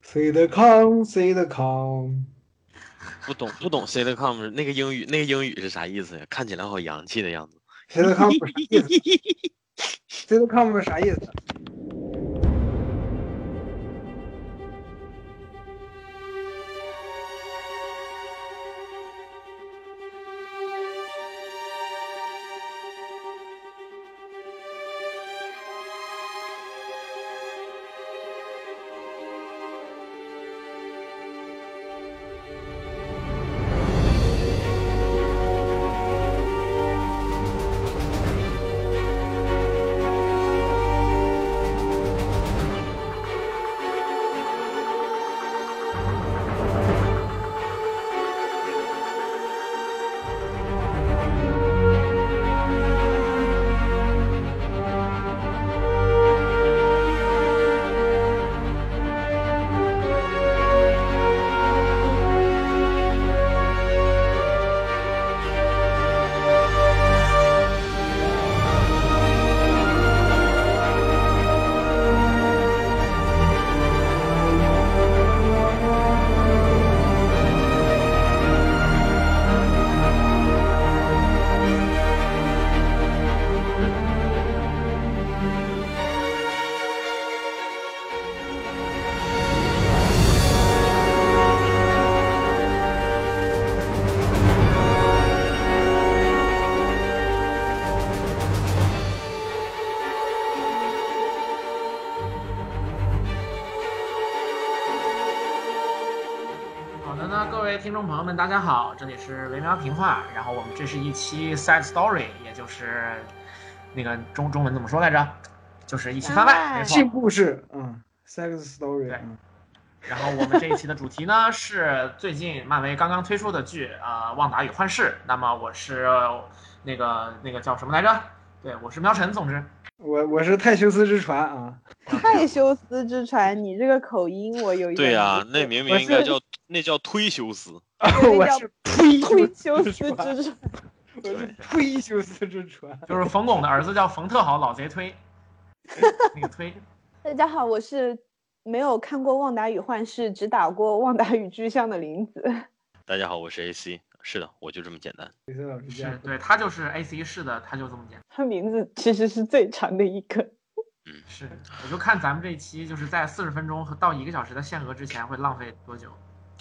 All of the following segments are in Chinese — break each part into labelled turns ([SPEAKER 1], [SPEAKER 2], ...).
[SPEAKER 1] 谁的康，谁的康。
[SPEAKER 2] 不懂不懂 C 的 com 那个英语那个英语是啥意思呀？看起来好洋气的样子。
[SPEAKER 1] 谁的康不是啥意 思？谁的康不是啥意思？
[SPEAKER 3] 好的呢，各位听众朋友们，大家好，这里是维喵评话，然后我们这是一期 side story，也就是那个中中文怎么说来着？就是一起番外，没错
[SPEAKER 1] 性。故事，嗯，sex story，
[SPEAKER 3] 哎对
[SPEAKER 1] 嗯
[SPEAKER 3] 然后我们这一期的主题呢是最近漫威刚刚推出的剧啊，呃《旺达与幻视》。那么我是呃那个那个叫什么来着？对，我是喵晨。总 之，
[SPEAKER 1] 我我是泰修斯之船啊，
[SPEAKER 4] 泰修斯之船，你这个口音我有一点
[SPEAKER 2] 对呀、啊
[SPEAKER 4] 理解
[SPEAKER 2] 那明 明应该叫那叫推修斯。
[SPEAKER 4] 对
[SPEAKER 1] 我
[SPEAKER 4] 那
[SPEAKER 1] 是 推
[SPEAKER 4] 叫推
[SPEAKER 1] 修
[SPEAKER 4] 修
[SPEAKER 1] 斯
[SPEAKER 4] 斯
[SPEAKER 1] 之船，
[SPEAKER 4] 之船，
[SPEAKER 1] 我是推修斯之船，
[SPEAKER 3] 就是冯巩的儿子叫冯特豪，老 贼推，那个推。
[SPEAKER 4] 大家好，我是没有看过《旺达与幻视》，只打过《旺达与巨像》的林子。
[SPEAKER 2] 大家好，我是 AC。是的，我就这么简单。
[SPEAKER 1] 李森老师这
[SPEAKER 3] 是
[SPEAKER 1] 样，
[SPEAKER 3] 对他就是 A C 市的，他就这么简单。
[SPEAKER 4] 他名字其实是最长的一个，
[SPEAKER 3] 是，我就看咱们这一期就是在四十分钟和到一个小时的限额之前会浪费多久。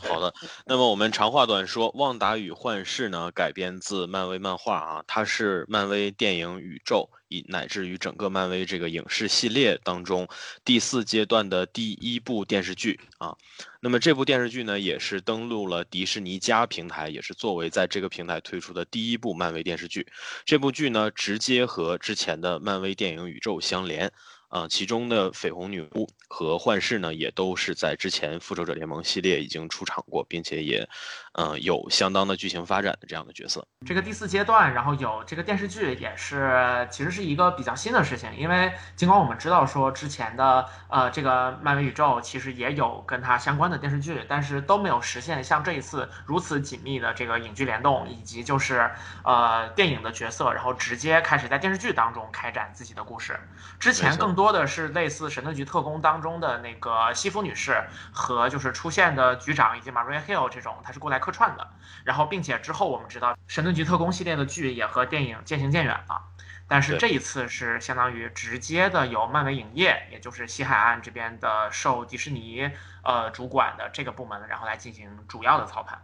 [SPEAKER 2] 好的，那么我们长话短说，《旺达与幻视》呢改编自漫威漫画啊，它是漫威电影宇宙以乃至于整个漫威这个影视系列当中第四阶段的第一部电视剧啊。那么这部电视剧呢，也是登陆了迪士尼加平台，也是作为在这个平台推出的第一部漫威电视剧。这部剧呢，直接和之前的漫威电影宇宙相连。啊，其中的绯红女巫和幻视呢，也都是在之前复仇者联盟系列已经出场过，并且也，呃，有相当的剧情发展的这样的角色。
[SPEAKER 3] 这个第四阶段，然后有这个电视剧，也是其实是一个比较新的事情，因为尽管我们知道说之前的呃这个漫威宇宙其实也有跟它相关的电视剧，但是都没有实现像这一次如此紧密的这个影剧联动，以及就是呃电影的角色，然后直接开始在电视剧当中开展自己的故事。之前
[SPEAKER 2] 没错
[SPEAKER 3] 更多的是类似《神盾局特工》当中的那个西服女士和就是出现的局长以及 Maria Hill 这种，她是过来客串的。然后，并且之后我们知道《神盾局特工》系列的剧也和电影渐行渐远了，但是
[SPEAKER 2] 对
[SPEAKER 3] 这一次是相当于直接的由漫威影业，也就是西海岸这边的受迪士尼呃主管的这个部门，然后来进行主要的操盘。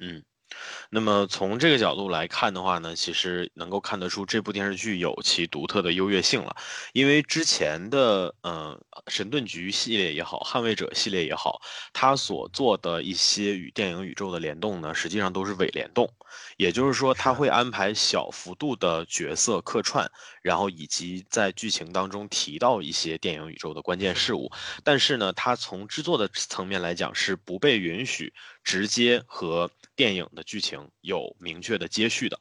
[SPEAKER 2] 嗯，那么从这个角度来看的话呢，其实能够看得出这部电视剧有其独特的优越性了，因为之前的呃神盾局系列也好，捍卫者系列也好，它所做的一些与电影宇宙的联动呢，实际上都是伪联动，也就是啊说，它会安排小幅度的角色客串，然后以及在剧情当中提到一些电影宇宙的关键事物，但是呢，它从制作的层面来讲是不被允许直接和电影的剧情有明确的接续的。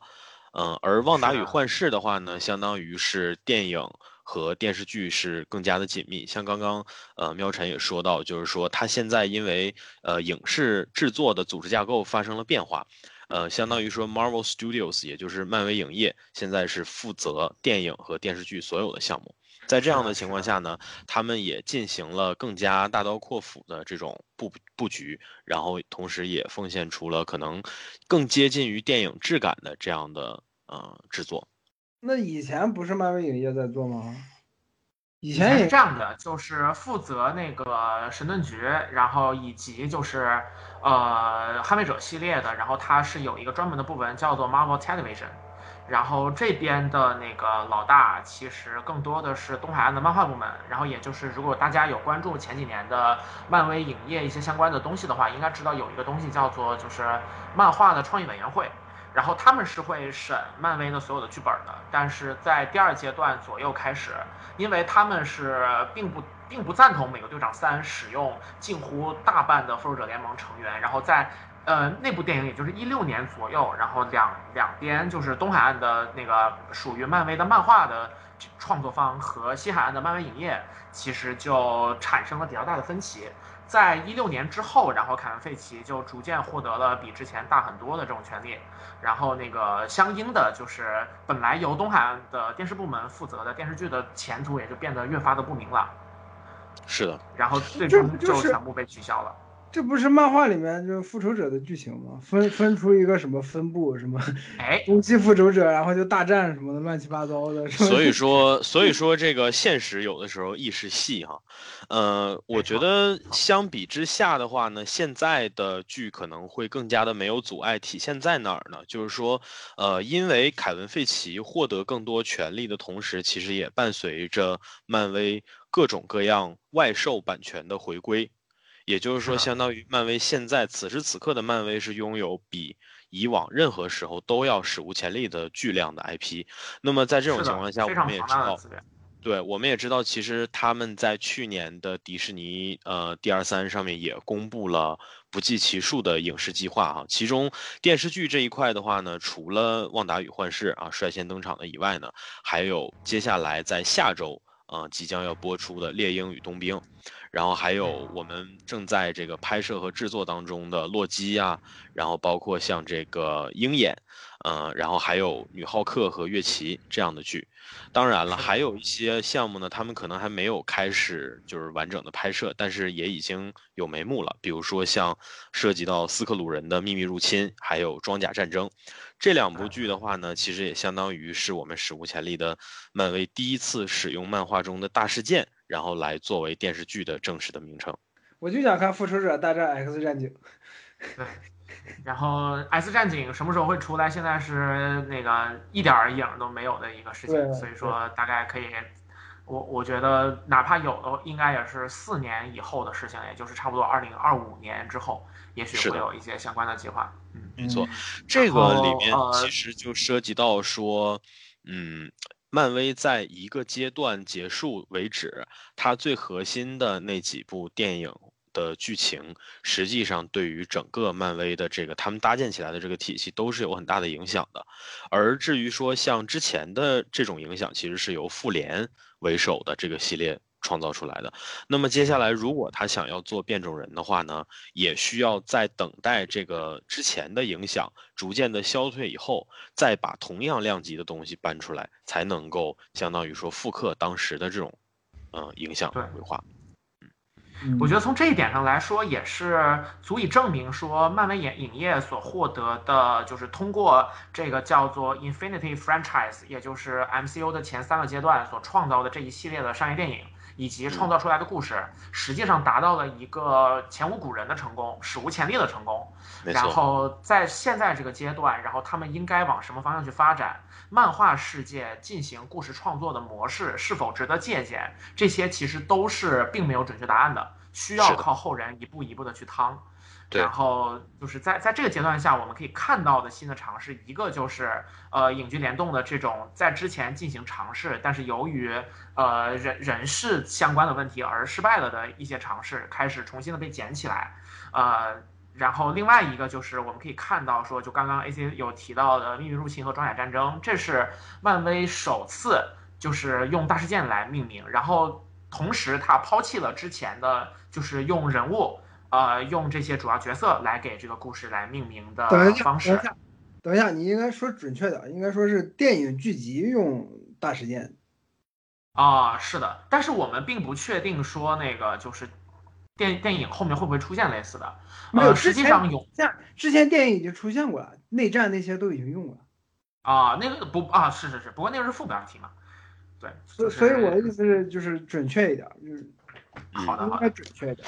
[SPEAKER 2] 嗯，而《旺达
[SPEAKER 3] 是
[SPEAKER 2] 与
[SPEAKER 3] 的
[SPEAKER 2] 幻视》的话呢，相当于是电影和电视剧是更加的紧密。像刚刚呃喵晨也说到，就是说它现在因为呃影视制作的组织架构发生了变化，呃，相当于说 Marvel Studios，也就是漫威影业，现在是负责电影和电视剧所有的项目。在这样的情况下呢，他们也进行了更加大刀阔斧的这种布布局，然后同时也奉献出了可能更接近于电影质感的这样的呃制作。
[SPEAKER 1] 那以前不是漫威影业在做吗？以
[SPEAKER 3] 以前
[SPEAKER 1] 前
[SPEAKER 3] 是
[SPEAKER 1] 也
[SPEAKER 3] 这样的，就是负责那个神盾局，然后以及就是呃捍卫者系列的，然后它是有一个专门的部门叫做 Marvel Television，然后这边的那个老大其实更多的是东海岸的漫画部门，然后也就是如果大家有关注前几年的漫威影业一些相关的东西的话，应该知道有一个东西叫做就是漫画的创意委员会，然后他们是会审漫威的所有的剧本的，但是在第二阶段左右开始，因为他们是并不并不赞同美国队长三使用近乎大半的复仇者联盟成员，然后在呃那部电影也就是一六年左右，然后两两边就是东海岸的那个属于漫威的漫画的创作方和西海岸的漫威影业，其实就产生了比较大的分歧。在一六年之后，然后凯文·费奇就逐渐获得了比之前大很多的这种权利，然后那个相应的就是本来由东海岸的电视部门负责的电视剧的前途也就变得越发的不明朗，
[SPEAKER 2] 是的，
[SPEAKER 3] 然后最
[SPEAKER 1] 这
[SPEAKER 3] 终
[SPEAKER 1] 这
[SPEAKER 3] 就是全部被取消了。
[SPEAKER 1] 这不是漫画里面就是复仇者的剧情吗？分分出一个什么分部，什么
[SPEAKER 3] 哎，
[SPEAKER 1] 东西复仇者，然后就大战什么的，乱七八糟的。是吧
[SPEAKER 2] 所以说，所以说这个现实有的时候亦是戏哈，呃，
[SPEAKER 1] 哎
[SPEAKER 2] 我觉得相比之下的话呢，现在的剧可能会更加的没有阻碍，体现在哪儿呢？就是说，呃，因为凯文·费奇获得更多权利的同时，其实也伴随着漫威各种各样外售版权的回归，也就是说，
[SPEAKER 3] 是的啊
[SPEAKER 2] 相当于漫威现在此时此刻的漫威是拥有比以往任何时候都要史无前例的巨量的 IP。那么在这种
[SPEAKER 3] 是的
[SPEAKER 2] 情况下，我
[SPEAKER 3] 非常
[SPEAKER 2] 们也
[SPEAKER 3] 庞
[SPEAKER 2] 知
[SPEAKER 3] 大的
[SPEAKER 2] 道，
[SPEAKER 3] 资源。
[SPEAKER 2] 对，我们也知道，其实他们在去年的迪士尼呃 D 二三上面也公布了不计其数的影视计划哈、啊其中电视剧这一块的话呢，除了《旺达与幻视》啊率先登场的以外呢，还有接下来在下周。呃，即将要播出的《猎鹰与冬兵》，然后还有我们正在这个拍摄和制作当中的《洛基》呀，然后包括像这个《鹰眼》，呃，然后还有《女浩克》和《月奇》这样的剧，当然了，
[SPEAKER 3] 是的
[SPEAKER 2] 还有一些项目呢，他们可能还没有开始就是完整的拍摄，但是也已经有眉目了。比如说像涉及到斯克鲁人的秘密入侵，还有装甲战争这两
[SPEAKER 3] 嗯
[SPEAKER 2] 部剧的话呢，其实也相当于是我们史无前例的漫威第一次使用漫画中的大事件，然后来作为电视剧的正式的名称。
[SPEAKER 1] 我就想看复仇者大战 X 战警。
[SPEAKER 3] 然后《S 战警》什么时候会出来？现在是那个一点儿影儿都没有的一个事
[SPEAKER 1] 对
[SPEAKER 3] 情，所以说大概可以，我我觉得哪怕有的，应该也是四年以后的事情，也就是差不多二零二五年之后，也
[SPEAKER 2] 是
[SPEAKER 3] 许
[SPEAKER 2] 的
[SPEAKER 3] 会有一些相关的计划。嗯，
[SPEAKER 2] 没错
[SPEAKER 1] 嗯，
[SPEAKER 2] 这个里
[SPEAKER 3] 后
[SPEAKER 2] 面
[SPEAKER 3] 呃
[SPEAKER 2] 其实就涉及到说，嗯，漫威在一个阶段结束为止，它最核心的那几部电影的剧情，实际上对于整个漫威的这个他们搭建起来的这个体系都是有很大的影响的。而至于说像之前的这种影响，其实是由复联为首的这个系列。创造出来的。那么接下来，如果他想要做变种人的话呢，也需要在等待这个之前的影响逐渐的消退以后，再把同样量级的东西搬出来，才能够相当于说复刻当时的这种，呃，影响
[SPEAKER 3] 对
[SPEAKER 2] 规划。
[SPEAKER 3] 我觉
[SPEAKER 1] 得
[SPEAKER 3] 得从这一点上来说，也是足以证明说，漫威影影业所获得的，就是通过这个叫做 Infinity Franchise，也就是 MCU 的前三个阶段所创造的这一系列的商业电影，以及创造出来的故事，实际上达到了一个前无古人的成功，史无前例的成功。
[SPEAKER 2] 没
[SPEAKER 3] 然
[SPEAKER 2] 错，
[SPEAKER 3] 后在现在这个阶段，然后他们应该往什么方向去发展？漫画世界进行故事创作的模式是否值得借鉴？这些其实都是并没有准确答案的，
[SPEAKER 2] 是
[SPEAKER 3] 需要
[SPEAKER 2] 的
[SPEAKER 3] 靠后人一步一步的去趟。
[SPEAKER 2] 对
[SPEAKER 3] 然后就是在在这个阶段下，我们可以看到的新的尝试，一个就是呃影剧联动的这种在之前进行尝试，但是由于呃人人事相关的问题而失败了的一些尝试，开始重新的被捡起来，呃。然后另外一个就是我们可以看到说，就刚刚 A C 有提到的《命运入侵》和《装甲战争》，这是漫威首次就是用大事件来命名，然后同时他抛弃了之前的就是用人物。呃，用这些主要角色来给这个故事来命名的
[SPEAKER 1] 嗯等一下，
[SPEAKER 3] 方
[SPEAKER 1] 等
[SPEAKER 3] 式
[SPEAKER 1] 一，下，等一下，你应该说准确点，应该说是电影剧集用大事件。
[SPEAKER 3] 啊、是的，但是我们并不确定说那个就是电电影后面会不会出现类似的。
[SPEAKER 1] 没有，
[SPEAKER 3] 呃，
[SPEAKER 1] 之
[SPEAKER 3] 实际
[SPEAKER 1] 前
[SPEAKER 3] 上有
[SPEAKER 1] 像之前电影已经出现过了，内战那些都已经用过了，
[SPEAKER 3] 啊、那个不啊，是是是，不过那个是副标题嘛。对，
[SPEAKER 1] 所
[SPEAKER 3] 就
[SPEAKER 1] 所以我的
[SPEAKER 3] 是
[SPEAKER 1] 意思是就是准确一点，就是
[SPEAKER 3] 好的
[SPEAKER 1] 应
[SPEAKER 3] 好的
[SPEAKER 1] 该准确一点。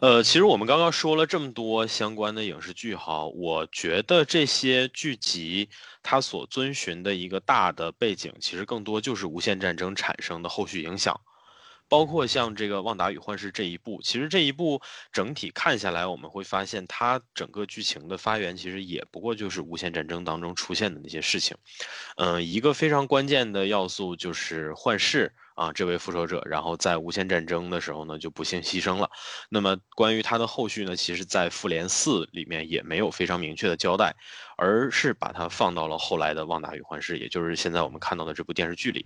[SPEAKER 2] 呃，其实我们刚刚说了这么多相关的影视剧哈，我觉得这些剧集它所遵循的一个大的背景，其实更多就是无限战争产生的后续影响，包括像这个《旺达与幻视》这一部，其实这一部整体看下来，我们会发现它整个剧情的发源其实也不过就是无限战争当中出现的那些事情。嗯、一个非常关键的要素就是幻视啊，这位复仇者，然后在无限战争的时候呢，就不幸牺牲了。那么关于它的后续呢，其实在复联四里面也没有非常明确的交代，而是把它放到了后来的《旺达与幻视》，也就是现在我们看到的这部电视剧里。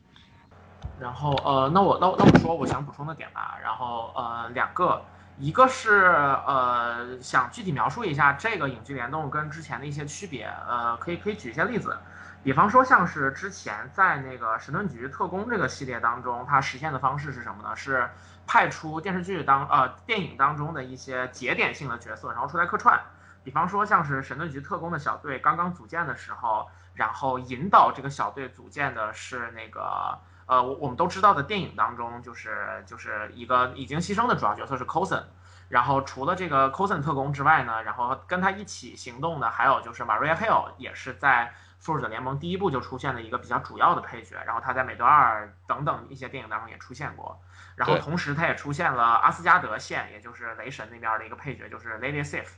[SPEAKER 3] 然后呃，那我那我那我说我想补充的点吧，然后呃两个，一个是呃想具体描述一下这个影剧联动跟之前的一些区别，呃可以可以举一些例子，比方说像是之前在那个神盾局特工这个系列当中，它实现的方式是什么呢？是派出电视剧当呃电影当中的一些节点性的角色，然后出来客串。比方说，像是神盾局特工的小队刚刚组建的时候，然后引导这个小队组建的是那个呃，我我们都知道的电影当中，就是就是一个已经牺牲的主要角色是 Coulson，然后除了这个 Coulson 特工之外呢，然后跟他一起行动的还有就是 Maria Hill，也是在复仇者联盟第一部就出现的一个比较主要的配角，然后他在美队二等等一些电影当中也出现过，然后
[SPEAKER 2] 对
[SPEAKER 3] 同时他也出现了阿斯加德线，也就是雷神那边的一个配角，就是 Lady Sif。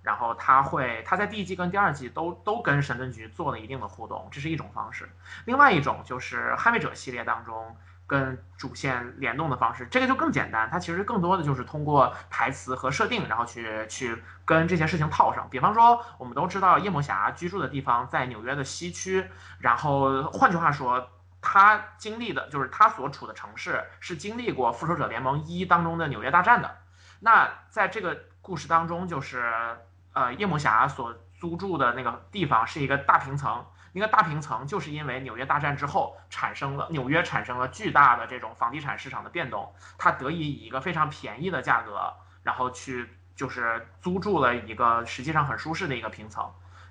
[SPEAKER 3] 然后他会，他在第一季跟第二季都都跟神盾局做了一定的互动，这是一种方式。另外一种就是捍卫者系列当中跟主线联动的方式，这个就更简单，它其实更多的就是通过台词和设定，然后去去跟这些事情套上。比方说，我们都知道夜魔侠居住的地方在纽约的西区，然后换句话说。他经历的就是他所处的城市是经历过《复仇者联盟一》当中的纽约大战的。那在这个故事当中，就是呃，夜魔侠所租住的那个地方是一个大平层，那个大平层就是因为纽约大战之后产生了纽约产生了巨大的这种房地产市场的变动，它得以以一个非常便宜的价格，然后去就是租住了一个实际上很舒适的一个平层。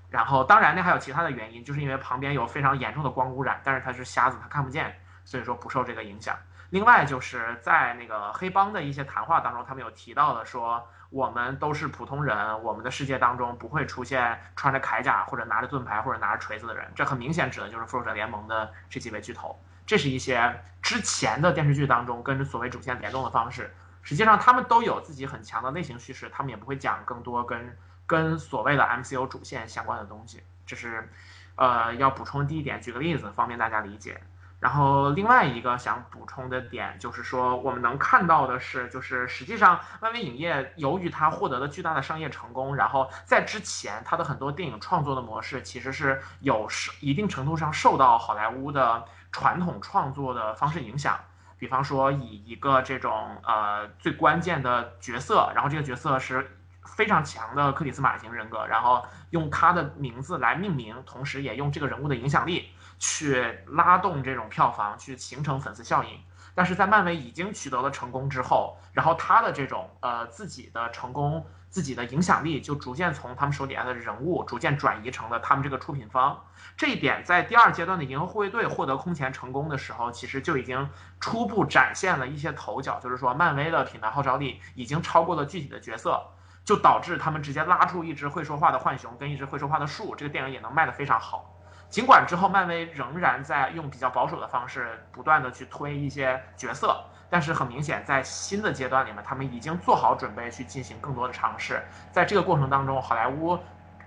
[SPEAKER 3] 然后当然那还有其他的原因，就是因为旁边有非常严重的光污染，但是他是瞎子，他看不见，所以说不受这个影响。另外就是在那个黑帮的一些谈话当中，他们有提到的说，我们都是普通人，我们的世界当中不会出现穿着铠甲或者拿着盾牌或者拿着锤子的人。这很明显指的就是复仇者联盟的这几位巨头。这是一些之前的电视剧当中跟所谓主线联动的方式。实际上，他们都有自己很强的类型叙事，他们也不会讲更多跟跟所谓的 MCU 主线相关的东西。这是，呃，要补充第一点，举个例子，方便大家理解。然后另外一个想补充的点就是说，我们能看到的是，就是实际上漫威影业由于它获得了巨大的商业成功，然后在之前它的很多电影创作的模式其实是有是一定程度上受到好莱坞的传统创作的方式影响。比方说，以一个这种呃最关键的角色，然后这个角色是非常强的克里斯马型人格，然后用他的名字来命名，同时也用这个人物的影响力，去拉动这种票房，去形成粉丝效应。但是在漫威已经取得了成功之后，然后他的这种呃自己的成功、自己的影响力，就逐渐从他们手底下的人物逐渐转移成了他们这个出品方。这一点在第二阶段的银河护卫队获得空前成功的时候，其实就已经初步展现了一些头角，就是说漫威的品牌号召力已经超过了具体的角色，就导致他们直接拉出一只会说话的浣熊跟一只会说话的树，这个电影也能卖得非常好。尽管之后漫威仍然在用比较保守的方式不断的去推一些角色，但是很明显，在新的阶段里面，他们已经做好准备去进行更多的尝试。在这个过程当中，好莱坞，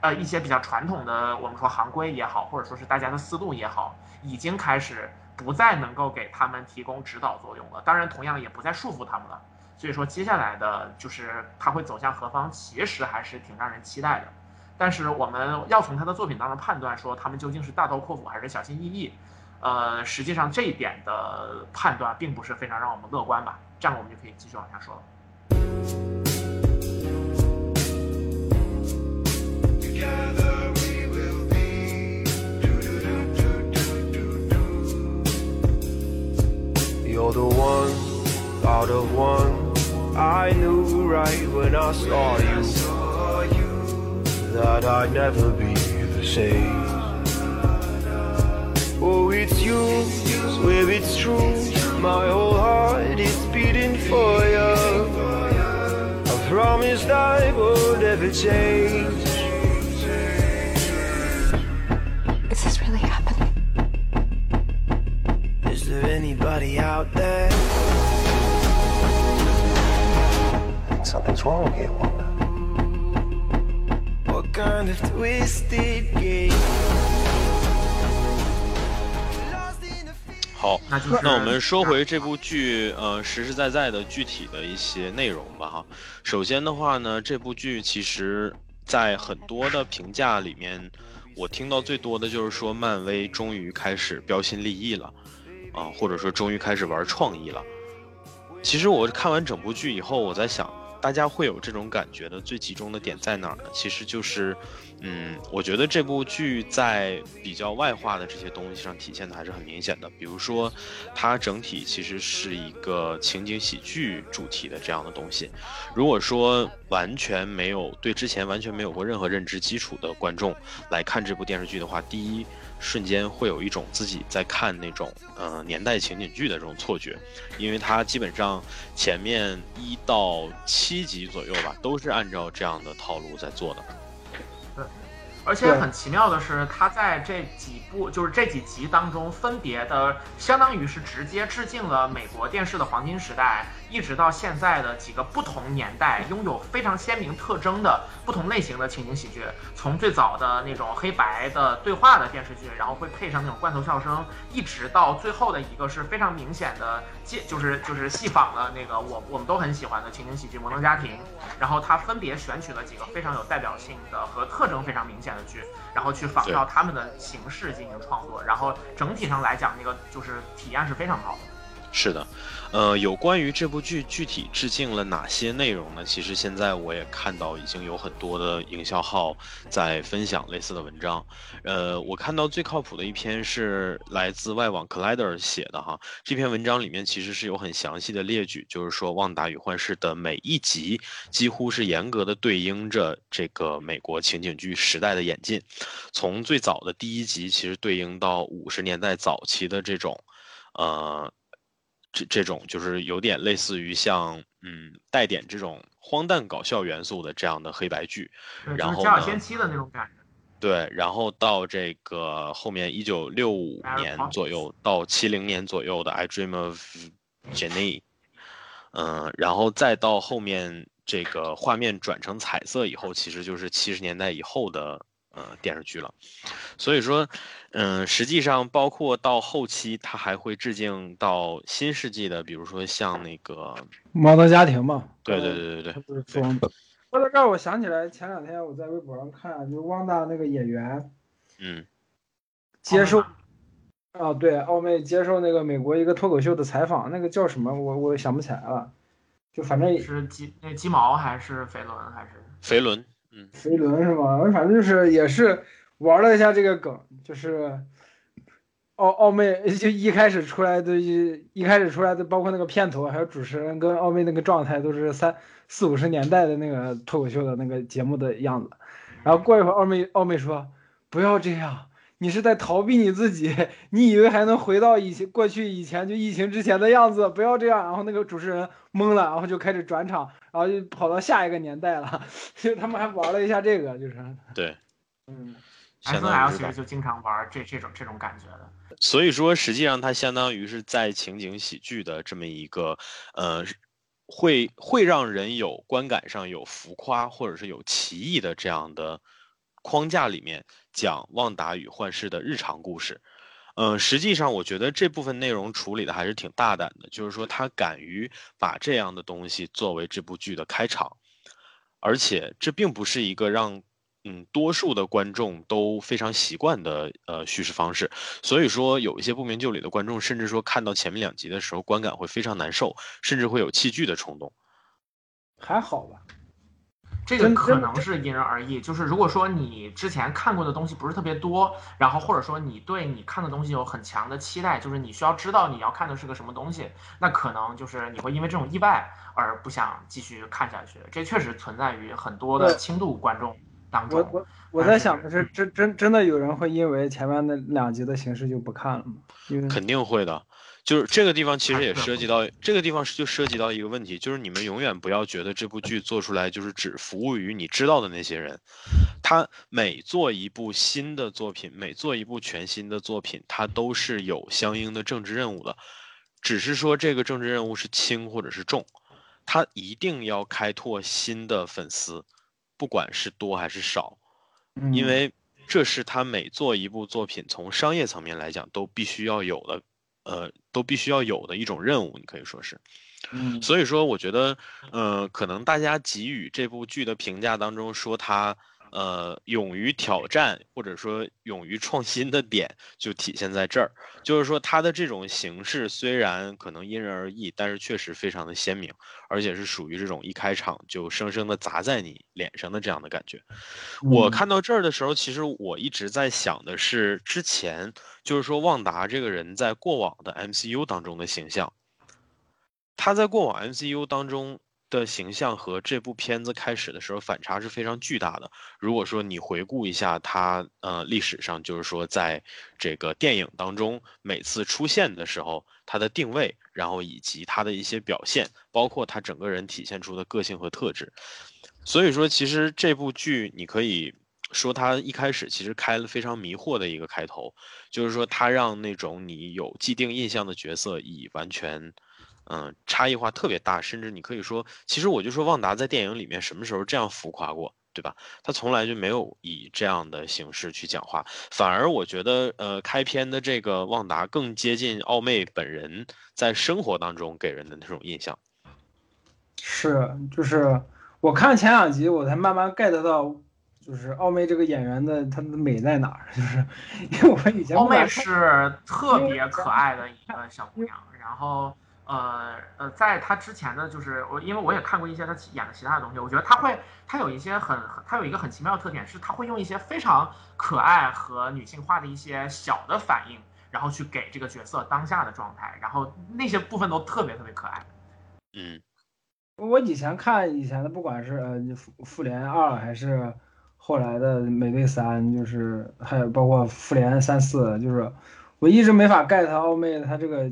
[SPEAKER 3] 呃，一些比较传统的我们说行规也好，或者说是大家的思路也好，已经开始不再能够给他们提供指导作用了。当然，同样也不再束缚他们了。所以说，接下来的就是它会走向何方，其实还是挺让人期待的。但是我们要从他的作品当中判断说他们究竟是大刀阔斧还是小心翼翼，呃，实际上这一点的判断并不是非常让我们乐观吧。这样我们就可以继续往下说了。
[SPEAKER 5] Together we will be. Do do do do do do do. Your
[SPEAKER 6] when I saw you that I'd never be the same. Oh, it's you, swear it's true. My whole heart is beating for you. I promise I will never change.
[SPEAKER 7] Is this really happening?
[SPEAKER 6] Is there anybody out there?
[SPEAKER 8] Something's wrong here, Wanda.
[SPEAKER 6] What kind of twisted game? Lost in a field.
[SPEAKER 2] 好，
[SPEAKER 3] 那就是
[SPEAKER 2] 那我们说回这部剧，呃，实实在在的具体的一些内容吧哈。首先的话呢，这部剧其实，在很多的评价里面，我听到最多的就是说，漫威终于开始标新立异了，啊、或者说终于开始玩创意了。其实我看完整部剧以后，我在想，大家会有这种感觉的最集中的点在哪儿呢？其实就是，嗯，我觉得这部剧在比较外化的这些东西上体现的还是很明显的。比如说，它整体其实是一个情景喜剧主题的这样的东西。如果说完全没有对之前完全没有过任何认知基础的观众来看这部电视剧的话，第一瞬间会有一种自己在看那种呃年代情景剧的这种错觉，因为它基本上前面一到七集左右吧，都是按照这样的套路在做的。
[SPEAKER 3] 而且
[SPEAKER 1] 对
[SPEAKER 3] 很奇妙的是，它在这几部就是这几集当中，分别的相当于是直接致敬了美国电视的黄金时代，一直到现在的几个不同年代拥有非常鲜明特征的不同类型的情景喜剧。从最早的那种黑白的对话的电视剧，然后会配上那种罐头笑声，一直到最后的一个是非常明显的借，就是就是戏仿了那个我我们都很喜欢的情景喜剧《摩登家庭》。然后他分别选取了几个非常有代表性的和特征非常明显的剧，然后去仿照他们的形式进行创作，然后整体上来讲，那个就是体验是非常好的。
[SPEAKER 2] 是的，呃，有关于这部剧具体致敬了哪些内容呢？其实现在我也看到已经有很多的营销号在分享类似的文章。呃，我看到最靠谱的一篇是来自外网 Collider 写的哈，这篇文章里面其实是有很详细的列举，就是说《旺达与幻视》的每一集几乎是严格的对应着这个美国情景剧时代的演进，从最早的第一集其实对应到五十年代早期的这种，呃。这这种就是有点类似于像嗯带点这种荒诞搞笑元素的这样的黑白剧，
[SPEAKER 3] 对，
[SPEAKER 2] 然
[SPEAKER 3] 就
[SPEAKER 2] 后
[SPEAKER 3] 是
[SPEAKER 2] 呢
[SPEAKER 3] 《家有仙妻》的那种感觉。
[SPEAKER 2] 对，然后到这个后面一九六五
[SPEAKER 3] Mary
[SPEAKER 2] 年
[SPEAKER 3] Poppins
[SPEAKER 2] 左右到七零年左右的《I Dream of Jenny》，嗯，然后再到后面这个画面转成彩色以后，其实就是七十年代以后的呃电视剧了。所以说，嗯，实际上包括到后期，它还会致敬到新世纪的，比如说像那个，
[SPEAKER 1] 猫的家庭嘛，
[SPEAKER 2] 对对对对对
[SPEAKER 1] 他，不是装的。说到这儿，我想起来前两天我在微博上看，就是汪大那个演员
[SPEAKER 2] 嗯，
[SPEAKER 1] 接受
[SPEAKER 3] 奥美
[SPEAKER 1] 啊，对，奥妹接受那个美国一个脱口秀的采访，那个叫什么？我我想不起来了，就反正
[SPEAKER 3] 是鸡那鸡毛还是肥伦还是？
[SPEAKER 2] 肥伦，嗯，
[SPEAKER 1] 肥伦是吗？反正就是也是玩了一下这个梗，就是奥奥妹呃就一开始出来的一一开始出来的，包括那个片头，还有主持人跟奥妹那个状态，都是三四五十年代的那个脱口秀的那个节目的样子。然后过一会儿，奥妹奥妹说：“不要这样。”你是在逃避你自己，你以为还能回到以前过去以前就疫情之前的样子？不要这样。然后那个主持人懵了，然后就开始转场，然后就跑到下一个年代了。 就他们还玩了一下这个，就是，
[SPEAKER 2] 对，
[SPEAKER 1] 嗯，
[SPEAKER 2] 相
[SPEAKER 3] S
[SPEAKER 2] 当
[SPEAKER 3] N L
[SPEAKER 2] 于是
[SPEAKER 3] 其
[SPEAKER 2] 把
[SPEAKER 3] 实就经常玩这这种这种感觉的，
[SPEAKER 2] 所以说，实际上它相当于是在情景喜剧的这么一个，呃，会会让人有观感上有浮夸或者是有歧义的这样的框架里面讲旺达与幻视的日常故事。呃，实际上我觉得这部分内容处理的还是挺大胆的，就是说他敢于把这样的东西作为这部剧的开场，而且这并不是一个让嗯多数的观众都非常习惯的呃叙事方式。所以说，有一些不明就里的观众，甚至说看到前面两集的时候，观感会非常难受，甚至会有弃剧的冲动。
[SPEAKER 1] 还好吧。
[SPEAKER 3] 这
[SPEAKER 1] 真
[SPEAKER 3] 个可
[SPEAKER 1] 真
[SPEAKER 3] 能是因人而异。就是如果说你之前看过的东西不是特别多，然后或者说你对你看的东西有很强的期待，就是你需要知道你要看的是个什么东西，那可能就是你会因为这种意外而不想继续看下去。这确实存在于很多的
[SPEAKER 1] 对
[SPEAKER 3] 轻度观众当
[SPEAKER 1] 我
[SPEAKER 3] 中。
[SPEAKER 1] 我我在想的是，
[SPEAKER 2] 嗯
[SPEAKER 1] 真真真的有人会因为前面那两集的形式就不看了吗？因为
[SPEAKER 2] 肯定会的。就是这个地方其实
[SPEAKER 3] 还
[SPEAKER 2] 也
[SPEAKER 3] 是
[SPEAKER 2] 涉及到，这个地方是就涉及到一个问题，就是你们永远不要觉得这部剧做出来就是只服务于你知道的那些人。他每做一部新的作品，每做一部全新的作品，它都是有相应的政治任务的，只是说这个政治任务是轻或者是重，他一定要开拓新的粉丝，不管是多还是少。
[SPEAKER 1] 嗯
[SPEAKER 2] 因为这是他每做一部作品，从商业层面来讲都必须要有的，呃，都必须要有的一种任务，你可以说是。
[SPEAKER 1] 嗯
[SPEAKER 2] 所以说，我觉得，呃，可能大家给予这部剧的评价当中，说它，呃，勇于挑战或者说勇于创新的点，就体现在这儿。就是说，它的这种形式虽然可能因人而异，但是确实非常的鲜明，而且是属于这种一开场就生生的砸在你脸上的这样的感觉。
[SPEAKER 1] 嗯
[SPEAKER 2] 我看到这儿的时候，其实我一直在想的是，之前就是说旺达这个人在过往的 MCU 当中的形象。他在过往 MCU 当中的形象和这部片子开始的时候反差是非常巨大的。如果说你回顾一下他呃历史上，就是说在这个电影当中每次出现的时候，他的定位，然后以及他的一些表现，包括他整个人体现出的个性和特质。所以说，其实这部剧你可以说它一开始其实开了非常迷惑的一个开头，就是说它让那种你有既定印象的角色以完全。嗯，差异化特别大，甚至你可以说，其实我就说旺达在电影里面什么时候这样浮夸过，对吧？他从来就没有以这样的形式去讲话，反而我觉得，呃，开篇的这个旺达更接近奥妹本人在生活当中给人的那种印象。
[SPEAKER 1] 是就是我看前两集，我才慢慢 get 到，就是奥妹这个演员的她的美在哪儿，就是 因为我以前
[SPEAKER 3] 欧
[SPEAKER 1] 不咋
[SPEAKER 3] 妹
[SPEAKER 1] 看
[SPEAKER 3] 是特别可爱的一个小姑娘，然后呃呃，在她之前的就是我，因为我也看过一些她演的其他的东西，我觉得她会，她有一些很，很她有一个很奇妙的特点是，她会用一些非常可爱和女性化的一些小的反应，然后去给这个角色当下的状态，然后那些部分都特别特别可爱。
[SPEAKER 2] 嗯，
[SPEAKER 1] 我以前看以前的，不管是呃复复联二还是后来的美队三，就是还有包括复联三四，就是我一直没法 get 奥妹她这个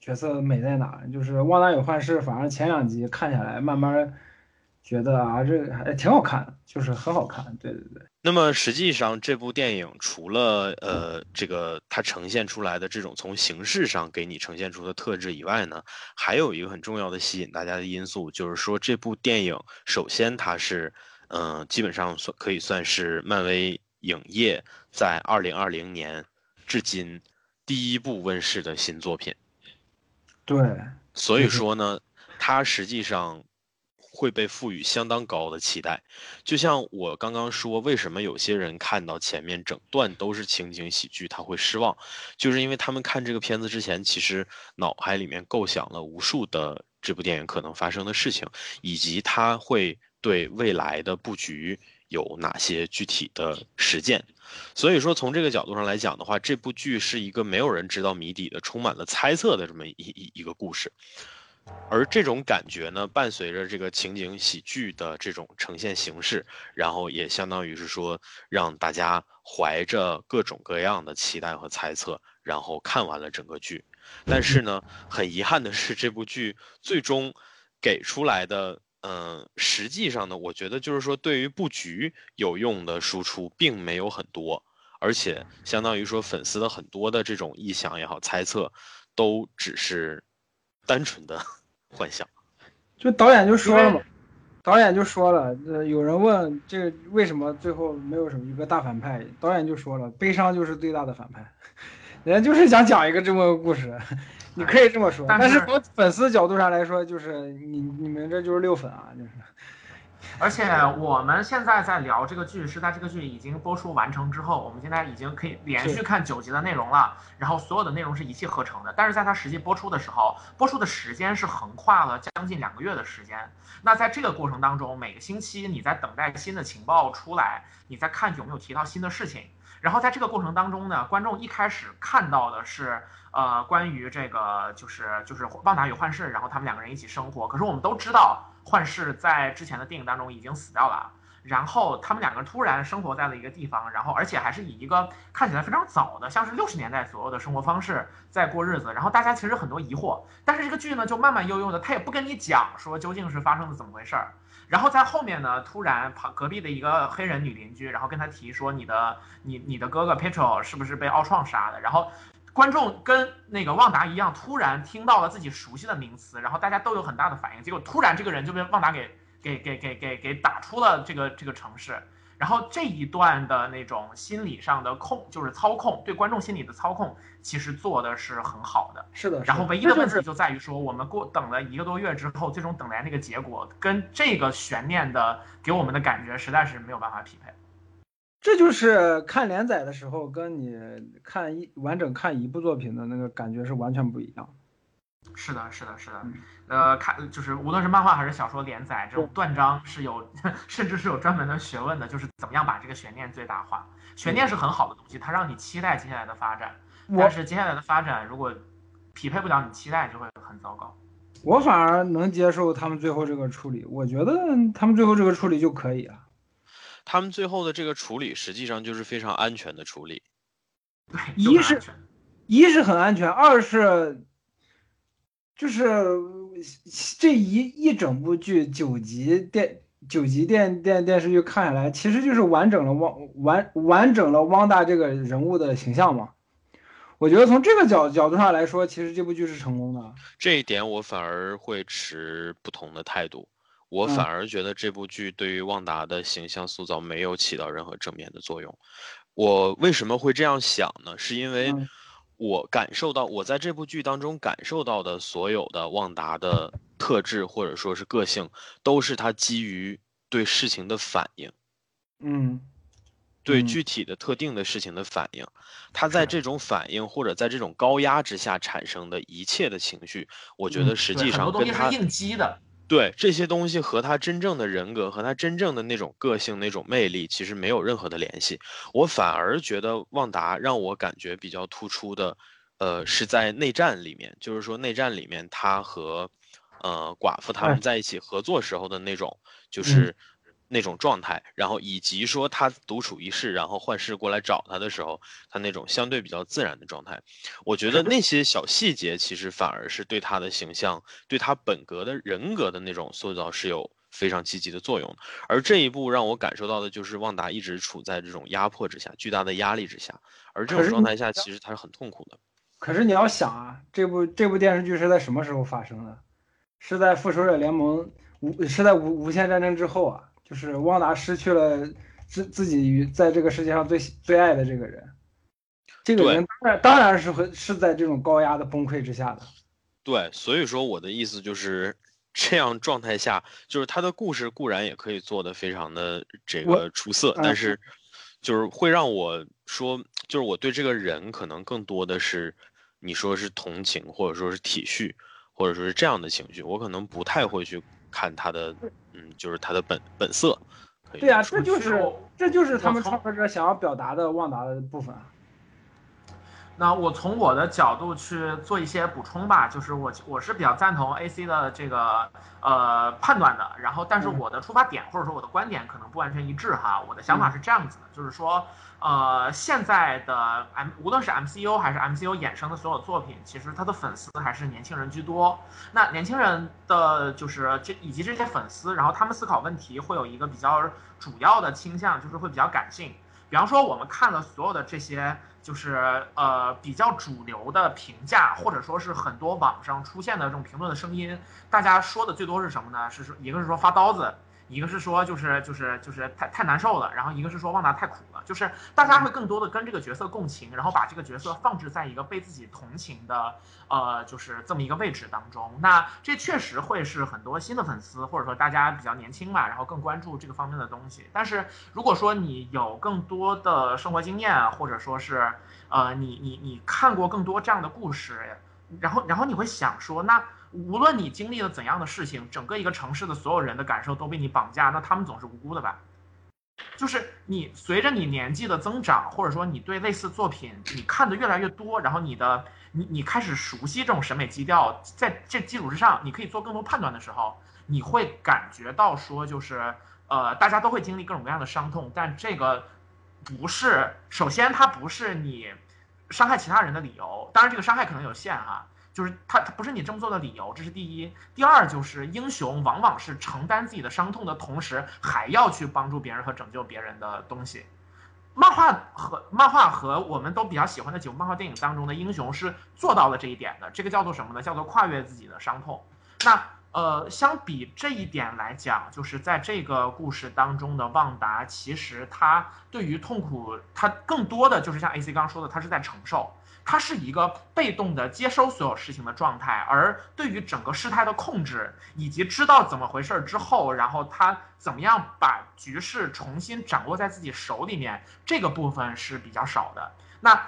[SPEAKER 1] 角色美在哪儿。就是旺达与幻视，反正前两集看下来，慢慢觉得啊，这个还挺好看的，就是很好看。对对对，
[SPEAKER 2] 那么实际上，这部电影除了呃这个它呈现出来的这种从形式上给你呈现出的特质以外呢，还有一个很重要的吸引大家的因素，就是说这部电影首先它是嗯、呃基本上算可以算是漫威影业在二零二零年至今第一部问世的新作品。
[SPEAKER 1] 对，
[SPEAKER 2] 所以
[SPEAKER 1] 嗯哼
[SPEAKER 2] 说呢，它实际上会被赋予相当高的期待。就像我刚刚说，为什么有些人看到前面整段都是情景喜剧，他会失望，就是因为他们看这个片子之前，其实脑海里面构想了无数的这部电影可能发生的事情，以及它会对未来的布局有哪些具体的实践。所以说，从这个角度上来讲的话，这部剧是一个没有人知道谜底的、充满了猜测的这么一一一个故事。而这种感觉呢，伴随着这个情景喜剧的这种呈现形式，然后也相当于是说，让大家怀着各种各样的期待和猜测，然后看完了整个剧。但是呢，很遗憾的是，这部剧最终给出来的，嗯、实际上呢，我觉得就是说，对于布局有用的输出并没有很多，而且相当于说粉丝的很多的这种臆想也好，猜测，都只是单纯的 幻想。
[SPEAKER 1] 就导演就说了
[SPEAKER 3] 因
[SPEAKER 1] 嘛
[SPEAKER 3] 为，
[SPEAKER 1] 导演就说了，呃，有人问这个为什么最后没有什么一个大反派，导演就说了，悲伤就是最大的反派， 人家就是想讲一个这么个故事， 你可以这么说，
[SPEAKER 3] 但
[SPEAKER 1] 但是
[SPEAKER 3] 是
[SPEAKER 1] 从粉丝角度上来说，就是你你们这就是六粉啊，就是
[SPEAKER 3] 而且我们现在在聊这个剧，是在这个剧已经播出完成之后，我们现在已经可以连续
[SPEAKER 1] 是
[SPEAKER 3] 看九集的内容了，然后所有的内容是一气呵成的。但是在它实际播出的时候，播出的时间是横跨了将近两个月的时间。那在这个过程当中，每个星期你在等待新的情报出来，你在看有没有提到新的事情。然后在这个过程当中呢，观众一开始看到的是，呃，关于这个就是就是旺达与幻视，然后他们两个人一起生活。可是我们都知道，幻视在之前的电影当中已经死掉了。然后他们两个人突然生活在了一个地方，然后而且还是以一个看起来非常早的，像是六十年代左右的生活方式在过日子。然后大家其实很多疑惑，但是这个剧呢就慢慢悠悠的，他也不跟你讲说究竟是发生了怎么回事儿。然后在后面呢，突然旁隔壁的一个黑人女邻居，然后跟他提说你的你你的哥哥 Petro 是不是被奥创杀的？然后观众跟那个旺达一样，突然听到了自己熟悉的名词，然后大家都有很大的反应，结果突然这个人就被旺达给给给给给给打出了这个这个城市。然后这一段的那种心理上的控，就是操控，对观众心理的操控，其实做的是很好的。
[SPEAKER 1] 是的，是的
[SPEAKER 3] 然后唯一的
[SPEAKER 1] 这
[SPEAKER 3] 问
[SPEAKER 1] 就
[SPEAKER 3] 题
[SPEAKER 1] 是
[SPEAKER 3] 就在于说，我们过等了一个多月之后，最终等来那个结果，跟这个悬念的给我们的感觉实在是没有办法匹配。
[SPEAKER 1] 这就是看连载的时候跟你看一完整看一部作品的那个感觉是完全不一样。
[SPEAKER 3] 是的，是的，是的
[SPEAKER 1] 嗯，
[SPEAKER 3] 呃，看就是无论是漫画还是小说连载，这种
[SPEAKER 1] 对
[SPEAKER 3] 断章是有， 甚至是有专门的学问的，就是怎么样把这个悬念最大化。悬念是很好的东西，它让你期待接下来的发展，
[SPEAKER 1] 我
[SPEAKER 3] 但是接下来的发展如果匹配不了你期待，就会很糟糕。
[SPEAKER 1] 我反而能接受他们最后这个处理，我觉得他们最后这个处理就可以了。
[SPEAKER 2] 他们最后的这个处理，实际上就是非常安全的处理。
[SPEAKER 3] 对，
[SPEAKER 1] 一
[SPEAKER 3] 就很
[SPEAKER 1] 是
[SPEAKER 3] 安全
[SPEAKER 1] 一是很安全，二是就是这一一整部剧九集电九集电电电视剧看下来，其实就是完整了汪完完整了汪大这个人物的形象嘛。我觉得从这个角角度上来说，其实这部剧是成功的。
[SPEAKER 2] 这一点我反而会持不同的态度，我
[SPEAKER 1] 嗯
[SPEAKER 2] 反而觉得这部剧对于旺达的形象塑造没有起到任何正面的作用。我为什么会这样想呢？是因为
[SPEAKER 1] 嗯
[SPEAKER 2] 我感受到，我在这部剧当中感受到的所有的旺达的特质或者说是个性，都是他基于对事情的反应。
[SPEAKER 1] 嗯
[SPEAKER 2] 对
[SPEAKER 1] 嗯
[SPEAKER 2] 具体的特定的事情的反应，他在这种反应或者在这种高压之下产生的一切的情绪，我觉
[SPEAKER 1] 嗯
[SPEAKER 2] 得实
[SPEAKER 3] 对
[SPEAKER 2] 际
[SPEAKER 3] 很
[SPEAKER 2] 上
[SPEAKER 3] 多东
[SPEAKER 2] 跟
[SPEAKER 3] 西
[SPEAKER 2] 他
[SPEAKER 3] 是应激的，
[SPEAKER 2] 对这些东西和他真正的人格和他真正的那种个性、那种魅力，其实没有任何的联系。我反而觉得旺达让我感觉比较突出的，呃，是在内战里面，就是说内战里面他和，呃，寡妇他
[SPEAKER 1] 哎嗯
[SPEAKER 2] 们在一起合作时候的那种，就是那种状态，然后以及说他独处一室，然后幻视过来找他的时候，他那种相对比较自然的状态。我觉得那些小细节其实反而是对他的形象、对他本格的人格的那种塑造是有非常积极的作用的。而这一步让我感受到的就是旺达一直处在这种压迫之下、巨大的压力之下，而这
[SPEAKER 1] 可
[SPEAKER 2] 种
[SPEAKER 1] 是
[SPEAKER 2] 状
[SPEAKER 1] 你
[SPEAKER 2] 态下其实他是很痛苦的。
[SPEAKER 1] 可是你要想啊，这部这部电视剧是在什么时候发生的？是在复仇者联盟无是在无无限战争之后啊，就是旺达失去了自自己与在这个世界上最最爱的这个人，这个
[SPEAKER 2] 对
[SPEAKER 1] 人当然当然是会是在这种高压的崩溃之下的。
[SPEAKER 2] 对，所以说我的意思就是，这样状态下，就是他的故事固然也可以做得非常的这
[SPEAKER 1] 我
[SPEAKER 2] 个出色，
[SPEAKER 1] 嗯
[SPEAKER 2] 但是就是会让我说，就是我对这个人可能更多的是，你说是同情，或者说是体恤，或者说是这样的情绪，我可能不太会去看他的，嗯，就是他的本本色。可以
[SPEAKER 1] 对呀、啊
[SPEAKER 2] 么说
[SPEAKER 1] 这就是
[SPEAKER 3] 我
[SPEAKER 1] 这就是他
[SPEAKER 3] 我
[SPEAKER 1] 们
[SPEAKER 3] 从
[SPEAKER 1] 创作者想要表达的旺达的部分啊。
[SPEAKER 3] 那我从我的角度去做一些补充吧，就是我我是比较赞同 AC 的这个呃判断的，然后但是
[SPEAKER 1] 嗯
[SPEAKER 3] 我的出发点或者说我的观点可能不完全一致哈，我的想法是这样子的，就是说呃现在的 M 无论是 MCU 还是 MCU 衍生的所有作品，其实它的粉丝还是年轻人居多。那年轻人的就是这以及这些粉丝，然后他们思考问题会有一个比较主要的倾向，就是会比较感性。比方说，我们看了所有的这些，就是呃比较主流的评价，或者说是很多网上出现的这种评论的声音，大家说的最多是什么呢？是说一个是说发刀子，一个是说就是就是就是太太难受了，然后一个是说旺达太苦了，就是大家会更多的跟这个角色共情，然后把这个角色放置在一个被自己同情的呃就是这么一个位置当中。那这确实会是很多新的粉丝或者说大家比较年轻嘛，然后更关注这个方面的东西。但是如果说你有更多的生活经验，啊或者说是呃你你你看过更多这样的故事，然后然后你会想说那。无论你经历了怎样的事情，整个一个城市的所有人的感受都被你绑架，那他们总是无辜的吧？就是你随着你年纪的增长，或者说你对类似作品你看的越来越多，然后你的你你开始熟悉这种审美基调，在这基础之上，你可以做更多判断的时候，你会感觉到说，就是呃，大家都会经历各种各样的伤痛，但这个不是首先它不是你伤害其他人的理由，当然这个伤害可能有限哈、就是他他不是你这么做的理由，这是第一。第二就是英雄往往是承担自己的伤痛的同时，还要去帮助别人和拯救别人的东西。漫画和漫画和我们都比较喜欢的几部漫画电影当中的英雄是做到了这一点的，这个叫做什么呢？叫做跨越自己的伤痛。那呃，相比这一点来讲，就是在这个故事当中的旺达，其实他对于痛苦，他更多的就是像 A C 刚说的，他是在承受，他是一个被动的接收所有事情的状态，而对于整个事态的控制，以及知道怎么回事儿之后，然后他怎么样把局势重新掌握在自己手里面，这个部分是比较少的。那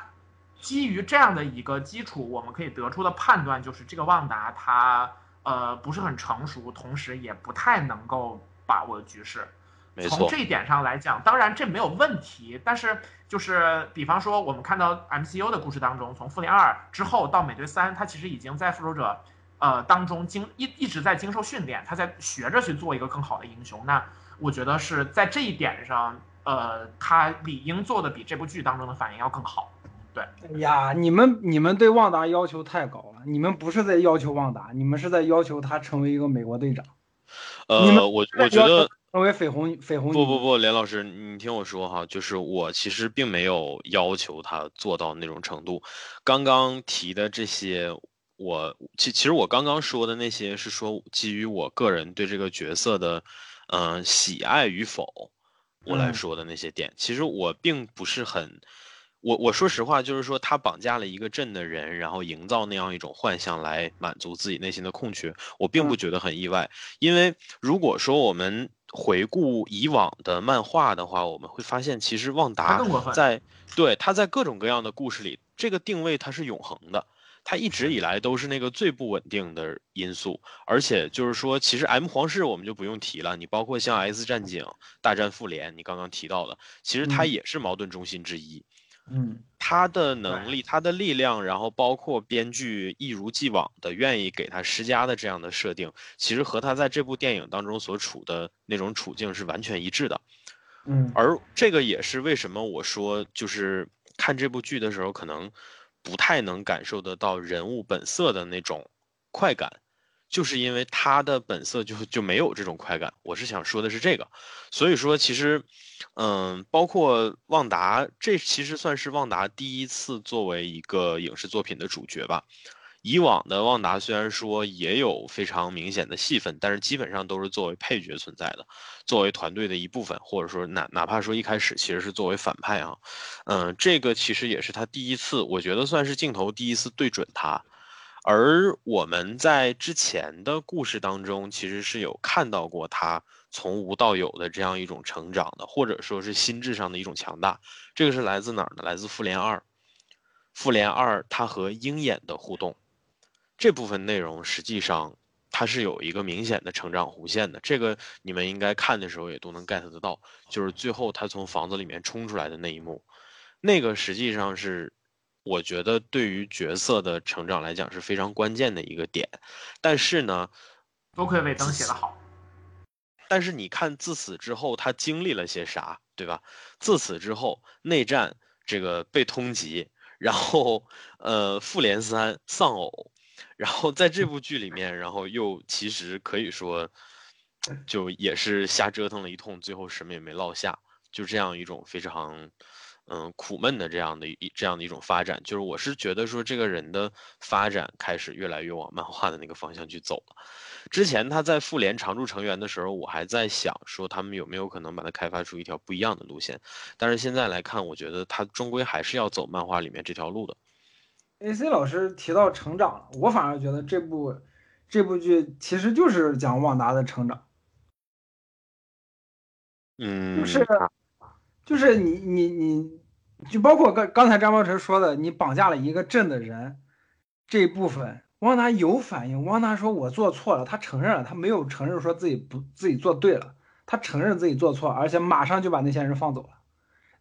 [SPEAKER 3] 基于这样的一个基础，我们可以得出的判断就是，这个旺达他呃不是很成熟，同时也不太能够把握局势。
[SPEAKER 2] 没
[SPEAKER 3] 从
[SPEAKER 2] 错
[SPEAKER 3] 这，一点上来讲，当然这没有问题，但是就是比方说我们看到 MCU 的故事当中，从复联二之后到美队三，他其实已经在复仇者呃当中经一一直在经受训练，他在学着去做一个更好的英雄。那我觉得是在这一点上，呃，他理应做的比这部剧当中的反应要更好。
[SPEAKER 1] 哎呀，你们你们对旺达要求太高了，你们不是在要求旺达，你们是在要求他成为一个美国队长，你
[SPEAKER 2] 呃，
[SPEAKER 1] 们
[SPEAKER 2] 我我觉得
[SPEAKER 1] 成为绯红绯红
[SPEAKER 2] 不
[SPEAKER 1] 女
[SPEAKER 2] 不不，连老师，你听我说哈，就是我其实并没有要求他做到那种程度。刚刚提的这些，我其其实我刚刚说的那些是说基于我个人对这个角色的，嗯、喜爱与否，我来
[SPEAKER 1] 嗯
[SPEAKER 2] 说的那些点。其实我并不是很，我我说实话，就是说他绑架了一个镇的人，然后营造那样一种幻象来满足自己内心的空缺，我并不觉得很意外。因为如果说我们回顾以往的漫画的话，我们会发现，其实旺
[SPEAKER 3] 他
[SPEAKER 2] 达
[SPEAKER 3] 更过分，
[SPEAKER 2] 啊在对他在各种各样的故事里，这个定位它是永恒的。他一直以来都是那个最不稳定的因素，而且就是说，其实 M 皇室我们就不用提了，你包括像 S 战警、大战复联，你刚刚提到的，其实它
[SPEAKER 1] 嗯
[SPEAKER 2] 也是矛盾中心之一。
[SPEAKER 1] 嗯
[SPEAKER 2] 他的
[SPEAKER 3] 对
[SPEAKER 2] 能力、他的力量，然后包括编剧一如既往的愿意给他施加的这样的设定，其实和他在这部电影当中所处的那种处境是完全一致的。
[SPEAKER 1] 嗯
[SPEAKER 2] 而这个也是为什么我说，就是看这部剧的时候，可能不太能感受得到人物本色的那种快感，就是因为他的本色就就没有这种快感。我是想说的是这个，所以说其实，嗯，包括旺达，这其实算是旺达第一次作为一个影视作品的主角吧。以往的旺达虽然说也有非常明显的戏份，但是基本上都是作为配角存在的。作为团队的一部分，或者说哪哪怕说一开始其实是作为反派啊，嗯、这个其实也是他第一次，我觉得算是镜头第一次对准他。而我们在之前的故事当中，其实是有看到过他从无到有的这样一种成长的，或者说是心智上的一种强大。这个是来自哪儿呢？来自《复联二》。《复联二》它和鹰眼的互动，这部分内容实际上它是有一个明显的成长弧线的，这个你们应该看的时候也都能 get 得到，就是最后他从房子里面冲出来的那一幕，那个实际上是我觉得对于角色的成长来讲是非常关键的一个点，但是呢，
[SPEAKER 3] 多亏尾灯写得好。
[SPEAKER 2] 但是你看，自此之后他经历了些啥，对吧？自此之后，内战这个被通缉，然后呃，复联三丧偶，然后在这部剧里面，然后又其实可以说，就也是瞎折腾了一通，最后什么也没落下，就这样一种非常，嗯苦闷的这样的一这样的一种发展。就是我是觉得说这个人的发展开始越来越往漫画的那个方向去走了。之前他在复联常驻成员的时候，我还在想说他们有没有可能把它开发出一条不一样的路线，但是现在来看，我觉得他终归还是要走漫画里面这条路的。
[SPEAKER 1] A C 老师提到成长了，我反而觉得这部这部剧其实就是讲旺达的成长，
[SPEAKER 2] 嗯，
[SPEAKER 1] 就是 就是你你你，就包括刚刚才张茂成说的，你绑架了一个镇的人这一部分，汪达有反应，汪达说我做错了，他承认了，他没有承认说自己不自己做对了，他承认自己做错，而且马上就把那些人放走了。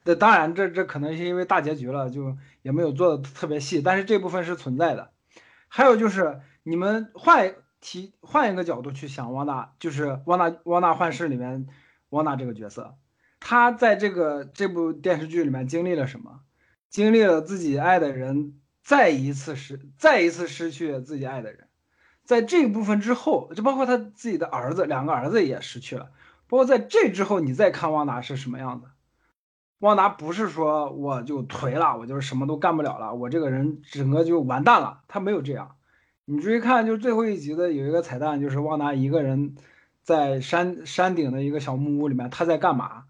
[SPEAKER 1] 那当然这，这可能是因为大结局了，就也没有做的特别细，但是这部分是存在的。还有就是你们换提换一个角度去想汪达，就是汪达汪达幻视里面汪达这个角色，他在这个这部电视剧里面经历了什么？经历了自己爱的人再一次失再一次失去自己爱的人，在这部分之后，就包括他自己的儿子，两个儿子也失去了，包括在这之后，你再看汪达是什么样的。旺达不是说我就颓了，我就是什么都干不了了，我这个人整个就完蛋了。他没有这样，你注意看，就最后一集的有一个彩蛋，就是旺达一个人在山山顶的一个小木屋里面，他在干嘛？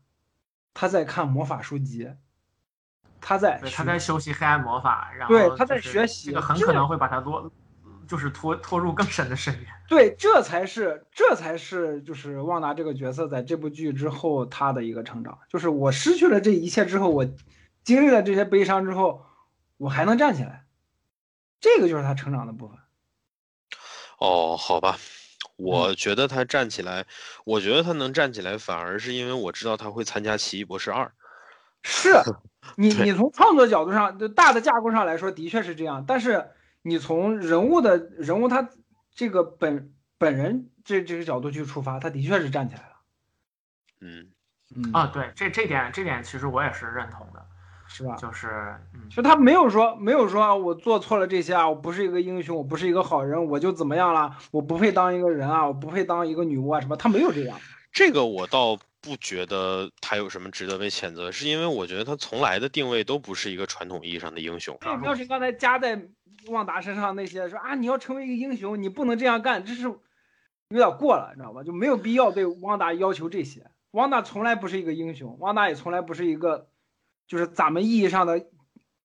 [SPEAKER 1] 他在看魔法书籍，他在
[SPEAKER 3] 对，他在修习黑暗魔法，然后
[SPEAKER 1] 对他
[SPEAKER 3] 就
[SPEAKER 1] 在
[SPEAKER 3] 是
[SPEAKER 1] 学习
[SPEAKER 3] 这个很
[SPEAKER 1] 这
[SPEAKER 3] 可能会把他落，就是拖拖入更深的深渊。
[SPEAKER 1] 对，这才是这才是就是旺达这个角色在这部剧之后他的一个成长，就是我失去了这一切之后，我经历了这些悲伤之后，我还能站起来，这个就是他成长的部分。
[SPEAKER 2] 哦，好
[SPEAKER 1] 嗯
[SPEAKER 2] 吧，我觉得他站起来，我觉得他能站起来，反而是因为我知道他会参加《奇异博士二》。
[SPEAKER 1] 是你你从创作角度上，就大的架构上来说，的确是这样，但是你从人物的人物他这个本本人这这个角度去出发，他的确是站起来了，
[SPEAKER 2] 嗯，
[SPEAKER 1] 嗯
[SPEAKER 3] 啊，对，这这点这点其实我也是认同的，
[SPEAKER 1] 是吧？
[SPEAKER 3] 就是嗯，
[SPEAKER 1] 就他没有说没有说啊我做错了这些啊，我不是一个英雄，我不是一个好人，我就怎么样了，我不配当一个人啊，我不配当一个女巫啊什么，他没有这样。
[SPEAKER 2] 这个我倒不觉得他有什么值得被谴责，是因为我觉得他从来的定位都不是一个传统意义上的英雄。
[SPEAKER 1] 这标是刚才加在旺达身上那些说啊，你要成为一个英雄，你不能这样干，这是有点过了，你知道吧？就没有必要对旺达要求这些。旺达从来不是一个英雄，旺达也从来不是一个就是咱们意义上的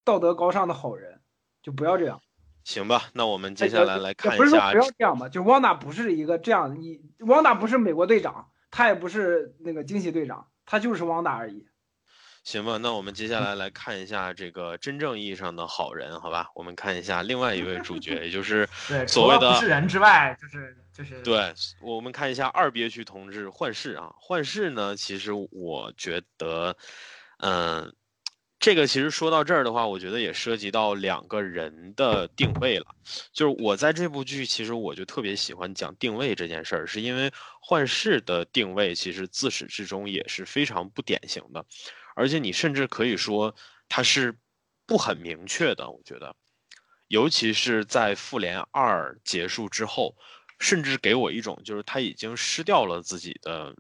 [SPEAKER 1] 道德高尚的好人，就不要这样。
[SPEAKER 2] 行吧，那我们
[SPEAKER 1] 哎
[SPEAKER 2] 接下
[SPEAKER 1] 也
[SPEAKER 2] 来
[SPEAKER 1] 不
[SPEAKER 2] 来
[SPEAKER 1] 也
[SPEAKER 2] 看
[SPEAKER 1] 不
[SPEAKER 2] 一
[SPEAKER 1] 是说
[SPEAKER 2] 下
[SPEAKER 1] 不要这样吧，就汪达不是一个这样，你汪达不是美国队长，他也不是那个惊奇队长，他就是汪达而已。
[SPEAKER 2] 行吧，那我们接
[SPEAKER 3] 嗯
[SPEAKER 2] 下来来看一下这个真正意义上的好人，好吧？我们看一下另外一位主角，也就是
[SPEAKER 3] 对，
[SPEAKER 2] 所
[SPEAKER 3] 除
[SPEAKER 2] 谓
[SPEAKER 3] 了
[SPEAKER 2] 的
[SPEAKER 3] 不是人之外，就是就是
[SPEAKER 2] 对，我们看一下二憋区同志幻视啊，幻视呢，其实我觉得，嗯、这个其实说到这儿的话，我觉得也涉及到两个人的定位了。就是我在这部剧，其实我就特别喜欢讲定位这件事儿，是因为幻视的定位其实自始至终也是非常不典型的，而且你甚至可以说它是不很明确的，我觉得。尤其是在复联二结束之后，甚至给我一种就是他已经失掉了自己的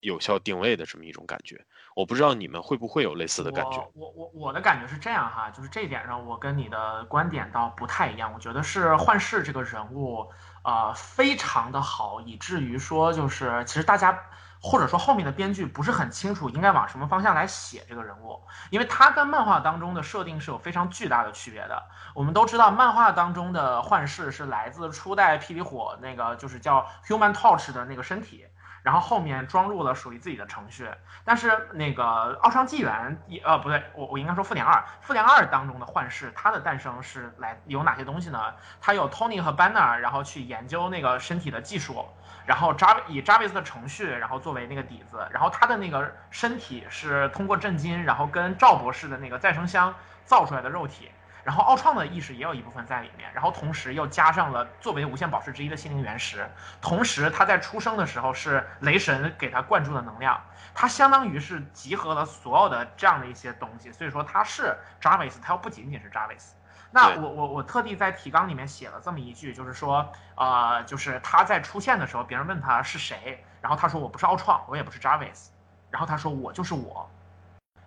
[SPEAKER 2] 有效定位的这么一种感觉。我不知道你们会不会有类似的感觉？
[SPEAKER 3] 我我我我的感觉是这样哈，就是这一点上我跟你的观点倒不太一样。我觉得是幻视这个人物，呃，非常的好，以至于说就是其实大家或者说后面的编剧不是很清楚应该往什么方向来写这个人物，因为他跟漫画当中的设定是有非常巨大的区别的。我们都知道，漫画当中的幻视是来自初代霹雳火那个就是叫 Human Torch 的那个身体。然后后面装入了属于自己的程序，但是那个奥创纪元一呃不对，我我应该说复联二，复联二当中的幻视，它的诞生是来有哪些东西呢？它有 Tony 和 Banner，然后去研究那个身体的技术，然后 Jar 以 Jarvis 的程序，然后作为那个底子，然后他的那个身体是通过震惊，然后跟赵博士的那个再生箱造出来的肉体。然后奥创的意识也有一部分在里面，然后同时又加上了作为无限宝石之一的心灵原石，同时他在出生的时候是雷神给他灌注的能量，他相当于是集合了所有的这样的一些东西，所以说他是 Jarvis，他又不仅仅是 Jarvis。那
[SPEAKER 2] 对
[SPEAKER 3] 我我我特地在提纲里面写了这么一句，就是说，呃，就是他在出现的时候，别人问他是谁，然后他说我不是奥创，我也不是 Jarvis，然后他说我就是我，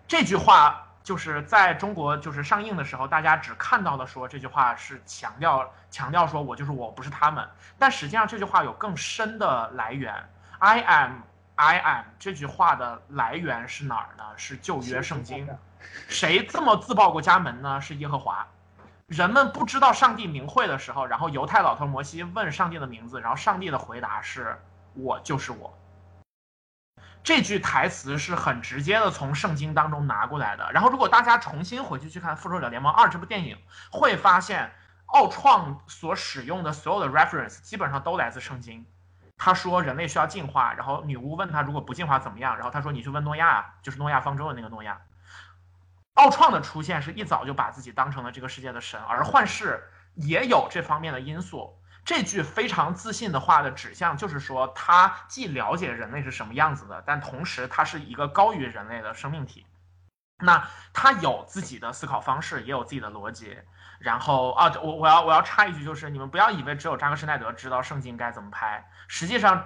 [SPEAKER 3] 这句话就是在中国就是上映的时候，大家只看到了说这句话是强调强调说我就是我不是他们，但实际上这句话有更深的来源，I am I am 这句话的来源是哪儿呢？是旧约圣经。谁这么自报过家门呢？是耶和华。人们不知道上帝名讳的时候，然后犹太老头摩西问上帝的名字，然后上帝的回答是“我就是我”。这句台词是很直接的从圣经当中拿过来的。然后，如果大家重新回去去看《复仇者联盟二》这部电影，会发现奥创所使用的所有的 reference 基本上都来自圣经。他说人类需要进化，然后女巫问他如果不进化怎么样，然后他说你去问诺亚，就是诺亚方舟的那个诺亚。奥创的出现是一早就把自己当成了这个世界的神，而幻视也有这方面的因素。这句非常自信的话的指向就是说，他既了解人类是什么样子的，但同时他是一个高于人类的生命体。那他有自己的思考方式，也有自己的逻辑。然后啊，我我要我要插一句，就是你们不要以为只有扎克施耐德知道圣经该怎么拍，实际上，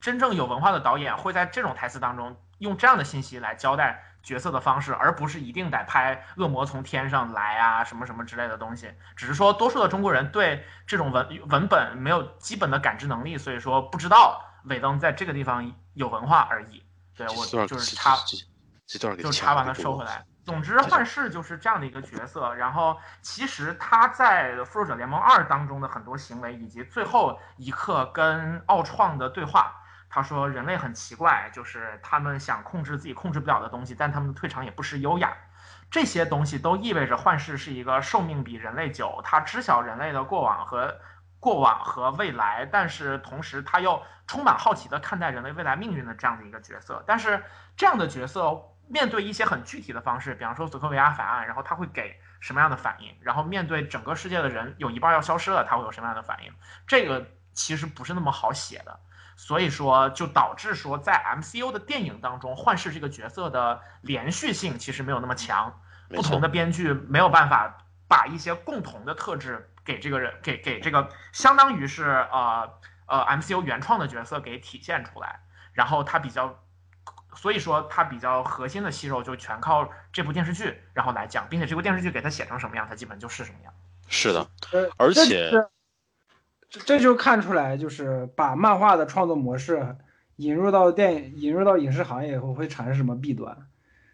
[SPEAKER 3] 真正有文化的导演会在这种台词当中用这样的信息来交代角色的方式，而不是一定得拍恶魔从天上来啊什么什么之类的东西。只是说，多数的中国人对这种文文本没有基本的感知能力，所以说不知道尾灯在这个地方有文化而已。对我
[SPEAKER 2] 这段
[SPEAKER 3] 就是
[SPEAKER 2] 这
[SPEAKER 3] 插
[SPEAKER 2] 这这这段给
[SPEAKER 3] 就
[SPEAKER 2] 掐
[SPEAKER 3] 插完
[SPEAKER 2] 了
[SPEAKER 3] 了
[SPEAKER 2] 不
[SPEAKER 3] 收
[SPEAKER 2] 录
[SPEAKER 3] 回来。总之，幻视就是这样的一个角色。然后，其实他在《复仇者联盟二》当中的很多行为，以及最后一刻跟奥创的对话，他说人类很奇怪，就是他们想控制自己控制不了的东西，但他们的退场也不失优雅。这些东西都意味着幻视是一个寿命比人类久，他知晓人类的过往和过往和未来，但是同时他又充满好奇的看待人类未来命运的这样的一个角色。但是这样的角色面对一些很具体的方式，比方说索科维亚法案，然后他会给什么样的反应？然后面对整个世界的人有一半要消失了，他会有什么样的反应？这个其实不是那么好写的。所以说，就导致说在 MCU 的电影当中，幻视这个角色的连续性其实没有那么强，
[SPEAKER 2] 没
[SPEAKER 3] 不
[SPEAKER 2] 错
[SPEAKER 3] 同的编剧没有办法把一些共同的特质给这个人给给这个，相当于是呃呃 MCU 原创的角色给体现出来，然后他比较。所以说，他比较核心的息肉就全靠这部电视剧，然后来讲，并且这部电视剧给他写成什么样，他基本就是什么样。
[SPEAKER 2] 是的，
[SPEAKER 1] 呃
[SPEAKER 2] 而
[SPEAKER 1] 这
[SPEAKER 2] 且
[SPEAKER 1] 就是这这就看出来，就是把漫画的创作模式引入到电影、引入到影视行业以后，会产生什么弊端？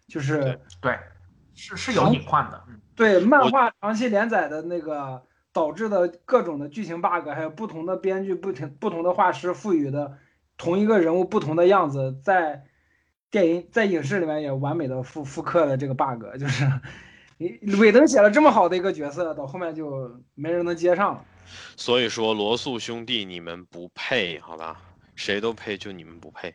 [SPEAKER 1] 就是
[SPEAKER 3] 对，是是有
[SPEAKER 1] 好
[SPEAKER 3] 隐患的。嗯，
[SPEAKER 1] 对漫
[SPEAKER 2] 我
[SPEAKER 1] 画长期连载的那个导致的各种的剧情 bug，还有不同的编剧、不停不同的画师赋予的同一个人物不同的样子，在电影在影视里面也完美的复复刻了这个 bug，就是你尾灯写了这么好的一个角色，到后面就没人能接上了。嗯
[SPEAKER 2] 所以说罗素兄弟你们不配，好吧？谁都配，就你们不配。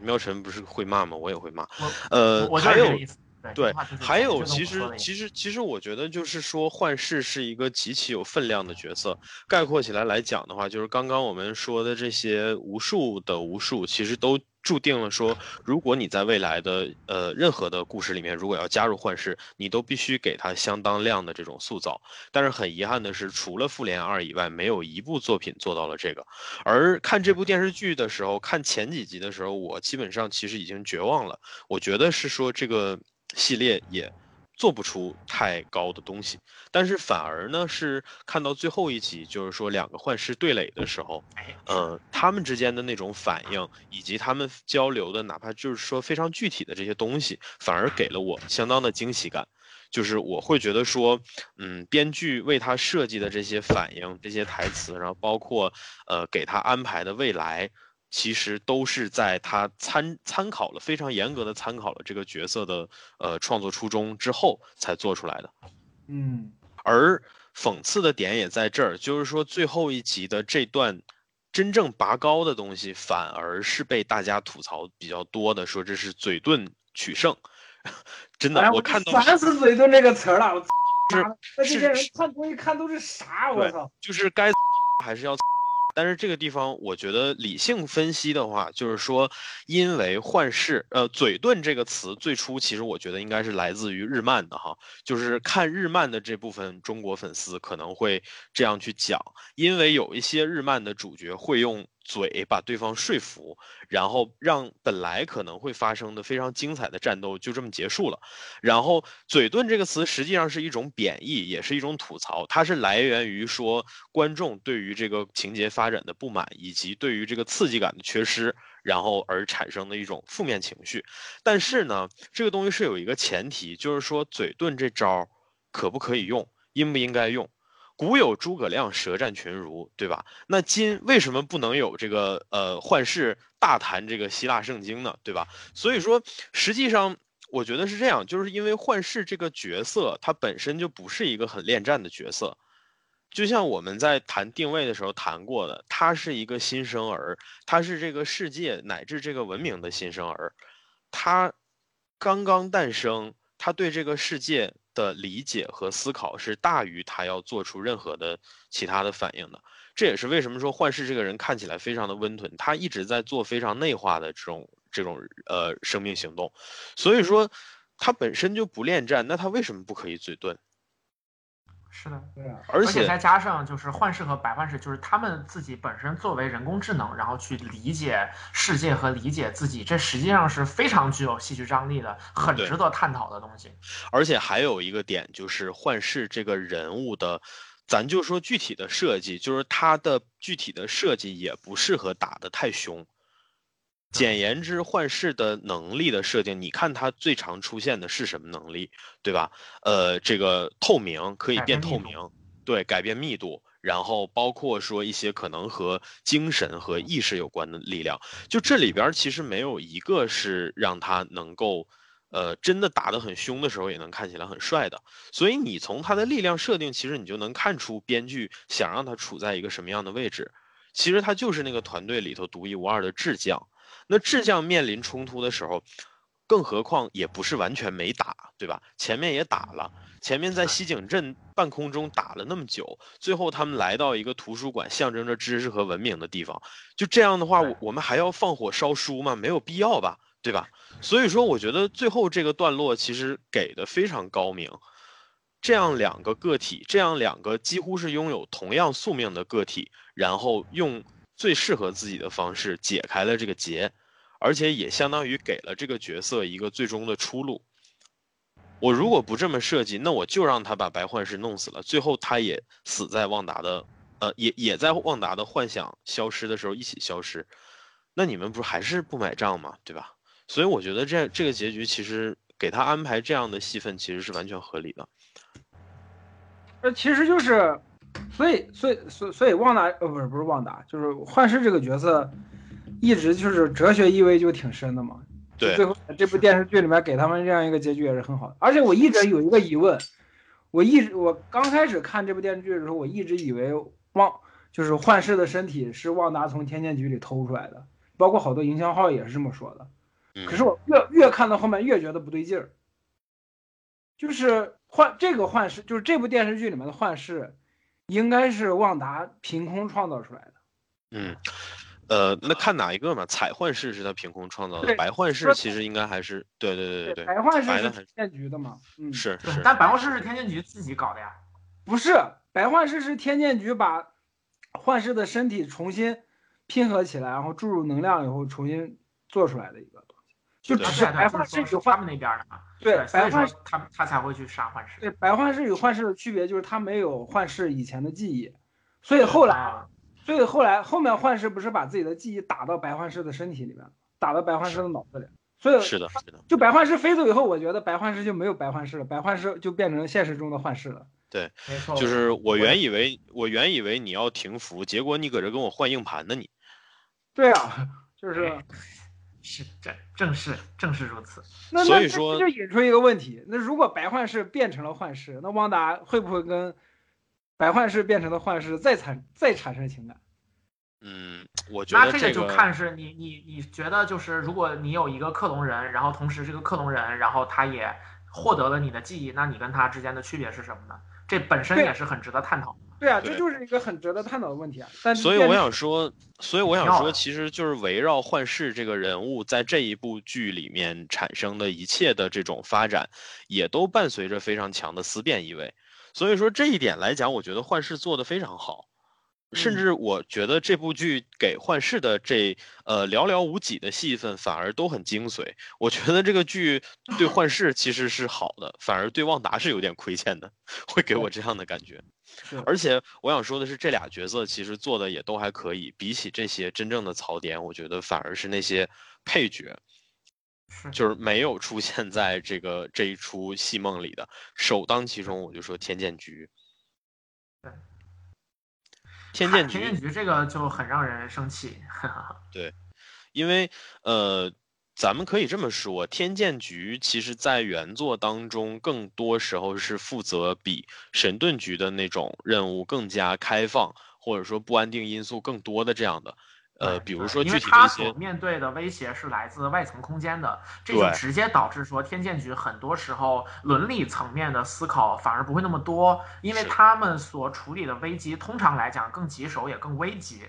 [SPEAKER 2] 喵晨不是会骂吗？我也会骂。呃，
[SPEAKER 3] 我就
[SPEAKER 2] 还
[SPEAKER 3] 是这个
[SPEAKER 2] 有
[SPEAKER 3] 意思。
[SPEAKER 2] 对
[SPEAKER 3] 这话就是
[SPEAKER 2] 还有，
[SPEAKER 3] 就跟
[SPEAKER 2] 其实
[SPEAKER 3] 我说的一样
[SPEAKER 2] 其实其实，我觉得就是说，幻视是一个极其有分量的角色。概括起来来讲的话，就是刚刚我们说的这些无数的无数，其实都注定了说，如果你在未来的呃任何的故事里面，如果要加入幻视，你都必须给它相当量的这种塑造。但是很遗憾的是，除了《复联二》以外，没有一部作品做到了这个。而看这部电视剧的时候，看前几集的时候，我基本上其实已经绝望了。我觉得是说这个系列也做不出太高的东西，但是反而呢是看到最后一集，就是说两个幻师对垒的时候，
[SPEAKER 3] 哎
[SPEAKER 2] 呃，他们之间的那种反应，以及他们交流的，哪怕就是说非常具体的这些东西，反而给了我相当的惊喜感。就是我会觉得说，嗯，编剧为他设计的这些反应、这些台词，然后包括呃给他安排的未来，其实都是在他参参考了非常严格的参考了这个角色的呃创作初衷之后才做出来的。
[SPEAKER 1] 嗯。
[SPEAKER 2] 而讽刺的点也在这儿，就是说最后一集的这段真正拔高的东西，反而是被大家吐槽比较多的，说这是嘴遁取胜。 真
[SPEAKER 1] 哎
[SPEAKER 2] 的，
[SPEAKER 1] 我
[SPEAKER 2] 我看
[SPEAKER 1] 就
[SPEAKER 2] 到
[SPEAKER 1] 烦死“嘴遁”这个词儿了，我操！
[SPEAKER 2] 是
[SPEAKER 1] 妈的那这
[SPEAKER 2] 是
[SPEAKER 1] 些人
[SPEAKER 2] 是
[SPEAKER 1] 看东西看都是啥？我
[SPEAKER 2] 对
[SPEAKER 1] 操！
[SPEAKER 2] 就是该还是要。但是这个地方，我觉得理性分析的话，就是说，因为幻视，呃，嘴遁这个词最初其实我觉得应该是来自于日漫的哈，就是看日漫的这部分中国粉丝可能会这样去讲，因为有一些日漫的主角会用嘴把对方说服，然后让本来可能会发生的非常精彩的战斗就这么结束了。然后“嘴遁”这个词实际上是一种贬义，也是一种吐槽，它是来源于说观众对于这个情节发展的不满，以及对于这个刺激感的缺失，然后而产生的一种负面情绪。但是呢，这个东西是有一个前提，就是说嘴遁这招儿可不可以用，应不应该用。古有诸葛亮舌战群儒，对吧？那今为什么不能有这个呃幻视大谈这个希腊圣经呢？对吧？所以说，实际上我觉得是这样，就是因为幻视这个角色，他本身就不是一个很恋战的角色。就像我们在谈定位的时候谈过的，他是一个新生儿，他是这个世界乃至这个文明的新生儿，他刚刚诞生，他对这个世界的理解和思考是大于他要做出任何的其他的反应的。这也是为什么说幻视这个人看起来非常的温吞，他一直在做非常内化的这种这种呃生命行动，所以说他本身就不恋战，那他为什么不可以嘴遁？
[SPEAKER 3] 是的，
[SPEAKER 1] 对啊，
[SPEAKER 2] 而
[SPEAKER 3] 且
[SPEAKER 2] 且
[SPEAKER 3] 再加上就是幻视和白幻视，就是他们自己本身作为人工智能，然后去理解世界和理解自己，这实际上是非常具有戏剧张力的，很
[SPEAKER 2] 对
[SPEAKER 3] 值得探讨的东西。
[SPEAKER 2] 而且还有一个点就是幻视这个人物的，咱就说具体的设计，就是他的具体的设计也不适合打得太
[SPEAKER 3] 嗯
[SPEAKER 2] 凶。简言之，幻视的能力的设定，你看他最常出现的是什么能力，对吧？呃，这个透明可以
[SPEAKER 3] 改
[SPEAKER 2] 变
[SPEAKER 3] 变
[SPEAKER 2] 透
[SPEAKER 3] 密度
[SPEAKER 2] 明，对，改变密度，然后包括说一些可能和精神和
[SPEAKER 3] 嗯
[SPEAKER 2] 意识有关的力量，就这里边儿其实没有一个是让他能够，呃，真的打得很凶的时候也能看起来很帅的。所以你从他的力量设定，其实你就能看出编剧想让他处在一个什么样的位置。其实他就是那个团队里头独一无二的智将。那智将面临冲突的时候，更何况也不是完全没打，对吧？前面也打了，前面在西井镇半空中打了那么久，最后他们来到一个图书馆，象征着知识和文明的地方。就这样的话，我我们还要放火烧书吗？没有必要吧，对吧？所以说，我觉得最后这个段落其实给的非常高明。这样两个个体，这样两个几乎是拥有同样宿命的个体，然后用最适合自己的方式解开了这个结，而且也相当于给了这个角色一个最终的出路。我如果不这么设计，那我就让他把白幻视弄死了，最后他也死在旺达的，呃，也也在旺达的幻想消失的时候一起消失。那你们不是还是不买账吗？对吧？所以我觉得这这个结局其实给他安排这样的戏份其实是完全合理的。
[SPEAKER 1] 呃，其实就是，所以所以所以所以旺达呃不是不是旺达，就是幻视这个角色，一直就是哲学意味就挺深的嘛。就
[SPEAKER 2] 对
[SPEAKER 1] 最后这部电视剧里面给他们这样一个结局也是很好的。而且我一直有一个疑问，我一直我刚开始看这部电视剧的时候，我一直以为旺就是幻视的身体是旺达从天剑局里偷出来的，包括好多营销号也是这么说的。
[SPEAKER 2] 嗯
[SPEAKER 1] 可是我越越看到后面越觉得不对劲儿，就是幻这个幻视，就是这部电视剧里面的幻视，应该是旺达凭空创造出来的。
[SPEAKER 2] 嗯，呃，那看哪一个嘛？彩幻视是他凭空创造的，
[SPEAKER 1] 对
[SPEAKER 2] 白幻视
[SPEAKER 1] 说
[SPEAKER 2] 其实应该还是对对对对对，
[SPEAKER 1] 白幻视
[SPEAKER 2] 白的
[SPEAKER 1] 是
[SPEAKER 2] 还是
[SPEAKER 1] 天剑局的嘛？嗯，
[SPEAKER 2] 是
[SPEAKER 3] 对，
[SPEAKER 2] 是，
[SPEAKER 3] 但白话市是天剑局自己搞的呀。
[SPEAKER 1] 不是白幻视是天剑局把幻视的身体重新拼合起来，然后注入能量以后重新做出来的一个东西，就只
[SPEAKER 2] 对
[SPEAKER 3] 啊，
[SPEAKER 1] 是
[SPEAKER 3] 对啊，对
[SPEAKER 1] 白
[SPEAKER 3] 啊，就
[SPEAKER 1] 幻
[SPEAKER 3] 是
[SPEAKER 1] 视
[SPEAKER 3] 说
[SPEAKER 1] 与
[SPEAKER 3] 是
[SPEAKER 1] 幻
[SPEAKER 3] 他们那边的嘛。
[SPEAKER 1] 对
[SPEAKER 3] 所以
[SPEAKER 1] 白话
[SPEAKER 3] 说
[SPEAKER 1] 是
[SPEAKER 3] 他他才会去杀幻视。
[SPEAKER 1] 对白幻视与幻视的区别就是他没有幻视以前的记忆，所以后来
[SPEAKER 3] 啊，
[SPEAKER 1] 所以后来后面幻视不是把自己的记忆打到白幻视的身体里面了，打到白幻视的脑子里，所以
[SPEAKER 2] 是的，是的，
[SPEAKER 1] 就白幻视飞走以后，我觉得白幻视就没有白幻视了，白幻视就变成现实中的幻视了。
[SPEAKER 3] 没
[SPEAKER 1] 哦
[SPEAKER 3] 错，
[SPEAKER 2] 就是我
[SPEAKER 3] 也
[SPEAKER 2] 原以为我原以为你要停服，结果你搁这跟我换硬盘呢你。
[SPEAKER 1] 对啊， 就是
[SPEAKER 2] 哎
[SPEAKER 3] 是正正是正是如此。
[SPEAKER 1] 那
[SPEAKER 2] 所以
[SPEAKER 1] 那这
[SPEAKER 2] 说
[SPEAKER 1] 就引出一个问题：那如果白幻视变成了幻视，那汪达会不会跟白幻视变成的幻视再产再产生情感？
[SPEAKER 2] 嗯，我觉
[SPEAKER 3] 那
[SPEAKER 2] 得
[SPEAKER 3] 这
[SPEAKER 2] 这
[SPEAKER 3] 就看是你你你觉得就是，如果你有一个克隆人，然后同时这个克隆人，然后他也获得了你的记忆，那你跟他之间的区别是什么呢？这本身
[SPEAKER 1] 对
[SPEAKER 3] 也是很值得探讨的。
[SPEAKER 1] 对啊，
[SPEAKER 2] 对
[SPEAKER 1] 这就是一个很值得探讨的问题啊。但
[SPEAKER 2] 所以
[SPEAKER 1] 电
[SPEAKER 2] 我
[SPEAKER 1] 视
[SPEAKER 2] 想说，所以我想
[SPEAKER 3] 妙
[SPEAKER 2] 说，
[SPEAKER 3] 啊
[SPEAKER 2] 其实就是围绕幻视这个人物在这一部剧里面产生的一切的这种发展，也都伴随着非常强的思辨意味。所以说这一点来讲，我觉得幻视做得非常好。
[SPEAKER 1] 嗯
[SPEAKER 2] 甚至我觉得这部剧给幻视的这呃寥寥无几的戏份反而都很精髓。我觉得这个剧对幻视其实是好的，反而对旺达是有点亏欠的，会给我这样的感觉。而且我想说的是，这俩角色其实做的也都还可以，比起这些真正的槽点，我觉得反而是那些配角，
[SPEAKER 3] 是
[SPEAKER 2] 就是没有出现在这个这一出戏梦里的，首当其冲，我就说天剑局
[SPEAKER 3] 对。
[SPEAKER 2] 天剑
[SPEAKER 3] 天
[SPEAKER 2] 局
[SPEAKER 3] 剑，局这个就很让人生气，
[SPEAKER 2] 因为呃，咱们可以这么说，天剑局其实在原作当中，更多时候是负责比神盾局的那种任务更加开放，或者说不安定因素更多的这样的。呃，
[SPEAKER 3] 对
[SPEAKER 2] 比如
[SPEAKER 3] 对
[SPEAKER 2] 说
[SPEAKER 3] 因
[SPEAKER 2] 具
[SPEAKER 3] 为
[SPEAKER 2] 体的
[SPEAKER 3] 他
[SPEAKER 2] 一些
[SPEAKER 3] 所面对的威胁是来自外层空间的，这就
[SPEAKER 2] 对
[SPEAKER 3] 直接导致说天剑局很多时候伦理层面的思考反而不会那么多，因为
[SPEAKER 2] 是
[SPEAKER 3] 他们所处理的危机通常来讲更棘手也更危急。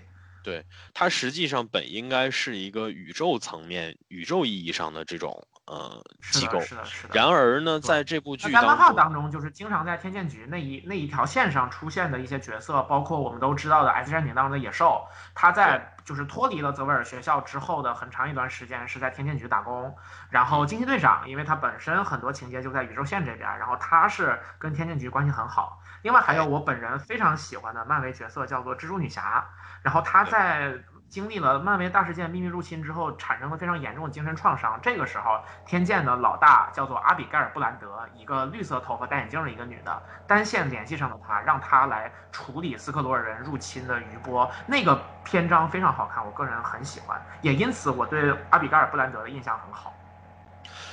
[SPEAKER 2] 它实际上本应该是一个宇宙层面、宇宙意义上的这种呃
[SPEAKER 3] 是
[SPEAKER 2] 机
[SPEAKER 3] 的，
[SPEAKER 2] 构。
[SPEAKER 3] 是的，是的。
[SPEAKER 2] 然而呢，
[SPEAKER 3] 对
[SPEAKER 2] 在这部剧
[SPEAKER 3] 那漫画
[SPEAKER 2] 当中，
[SPEAKER 3] 当中，就是经常在天剑局那一那一条线上出现的一些角色，包括我们都知道的《X 战警》当中的野兽，他在就是脱离了泽维尔学校之后的很长一段时间是在天剑局打工。然后惊奇队长，因为他本身很多情节就在宇宙线这边，然后他是跟天剑局关系很好。另外还有我本人非常喜欢的漫威角色叫做蜘蛛女侠，然后她在经历了漫威大事件秘密入侵之后，产生了非常严重的精神创伤。这个时候，天剑的老大叫做阿比盖尔·布兰德，一个绿色头发、戴眼镜的一个女的，单线联系上了她，让她来处理斯克罗尔人入侵的余波。那个篇章非常好看，我个人很喜欢，也因此我对阿比盖尔·布兰德的印象很好。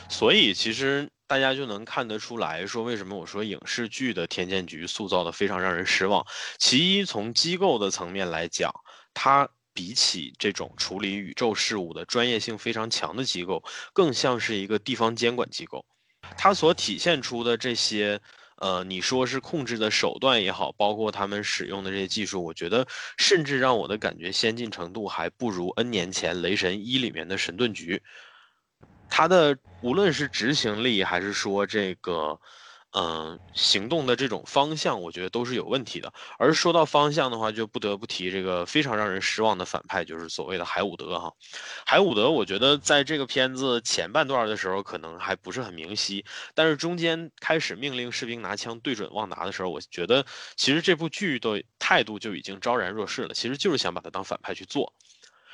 [SPEAKER 2] 所以其实大家就能看得出来说，为什么我说影视剧的天剑局塑造的非常让人失望。其一，从机构的层面来讲，它比起这种处理宇宙事务的专业性非常强的机构，更像是一个地方监管机构。它所体现出的这些，呃，你说是控制的手段也好，包括他们使用的这些技术，我觉得甚至让我的感觉先进程度还不如 N 年前《雷神一》里面的神盾局。它的无论是执行力还是说这个，嗯、行动的这种方向，我觉得都是有问题的。而说到方向的话，就不得不提这个非常让人失望的反派，就是所谓的海伍德哈。海伍德，我觉得在这个片子前半段的时候可能还不是很明晰，但是中间开始命令士兵拿枪对准旺达的时候，我觉得其实这部剧的态度就已经昭然若市了，其实就是想把他当反派去做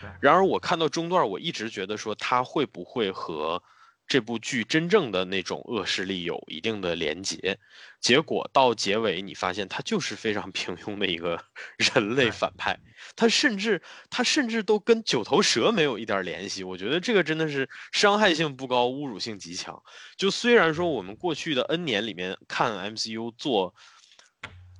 [SPEAKER 3] 对。
[SPEAKER 2] 然而我看到中段，我一直觉得说他会不会和这部剧真正的那种恶势力有一定的连结，结果到结尾你发现他就是非常平庸的一个 人类
[SPEAKER 3] 对
[SPEAKER 2] 反派，他甚至他甚至都跟九头蛇没有一点联系，我觉得这个真的是伤害性不高，侮辱性极强。就虽然说我们过去的 N 年里面看 MCU 做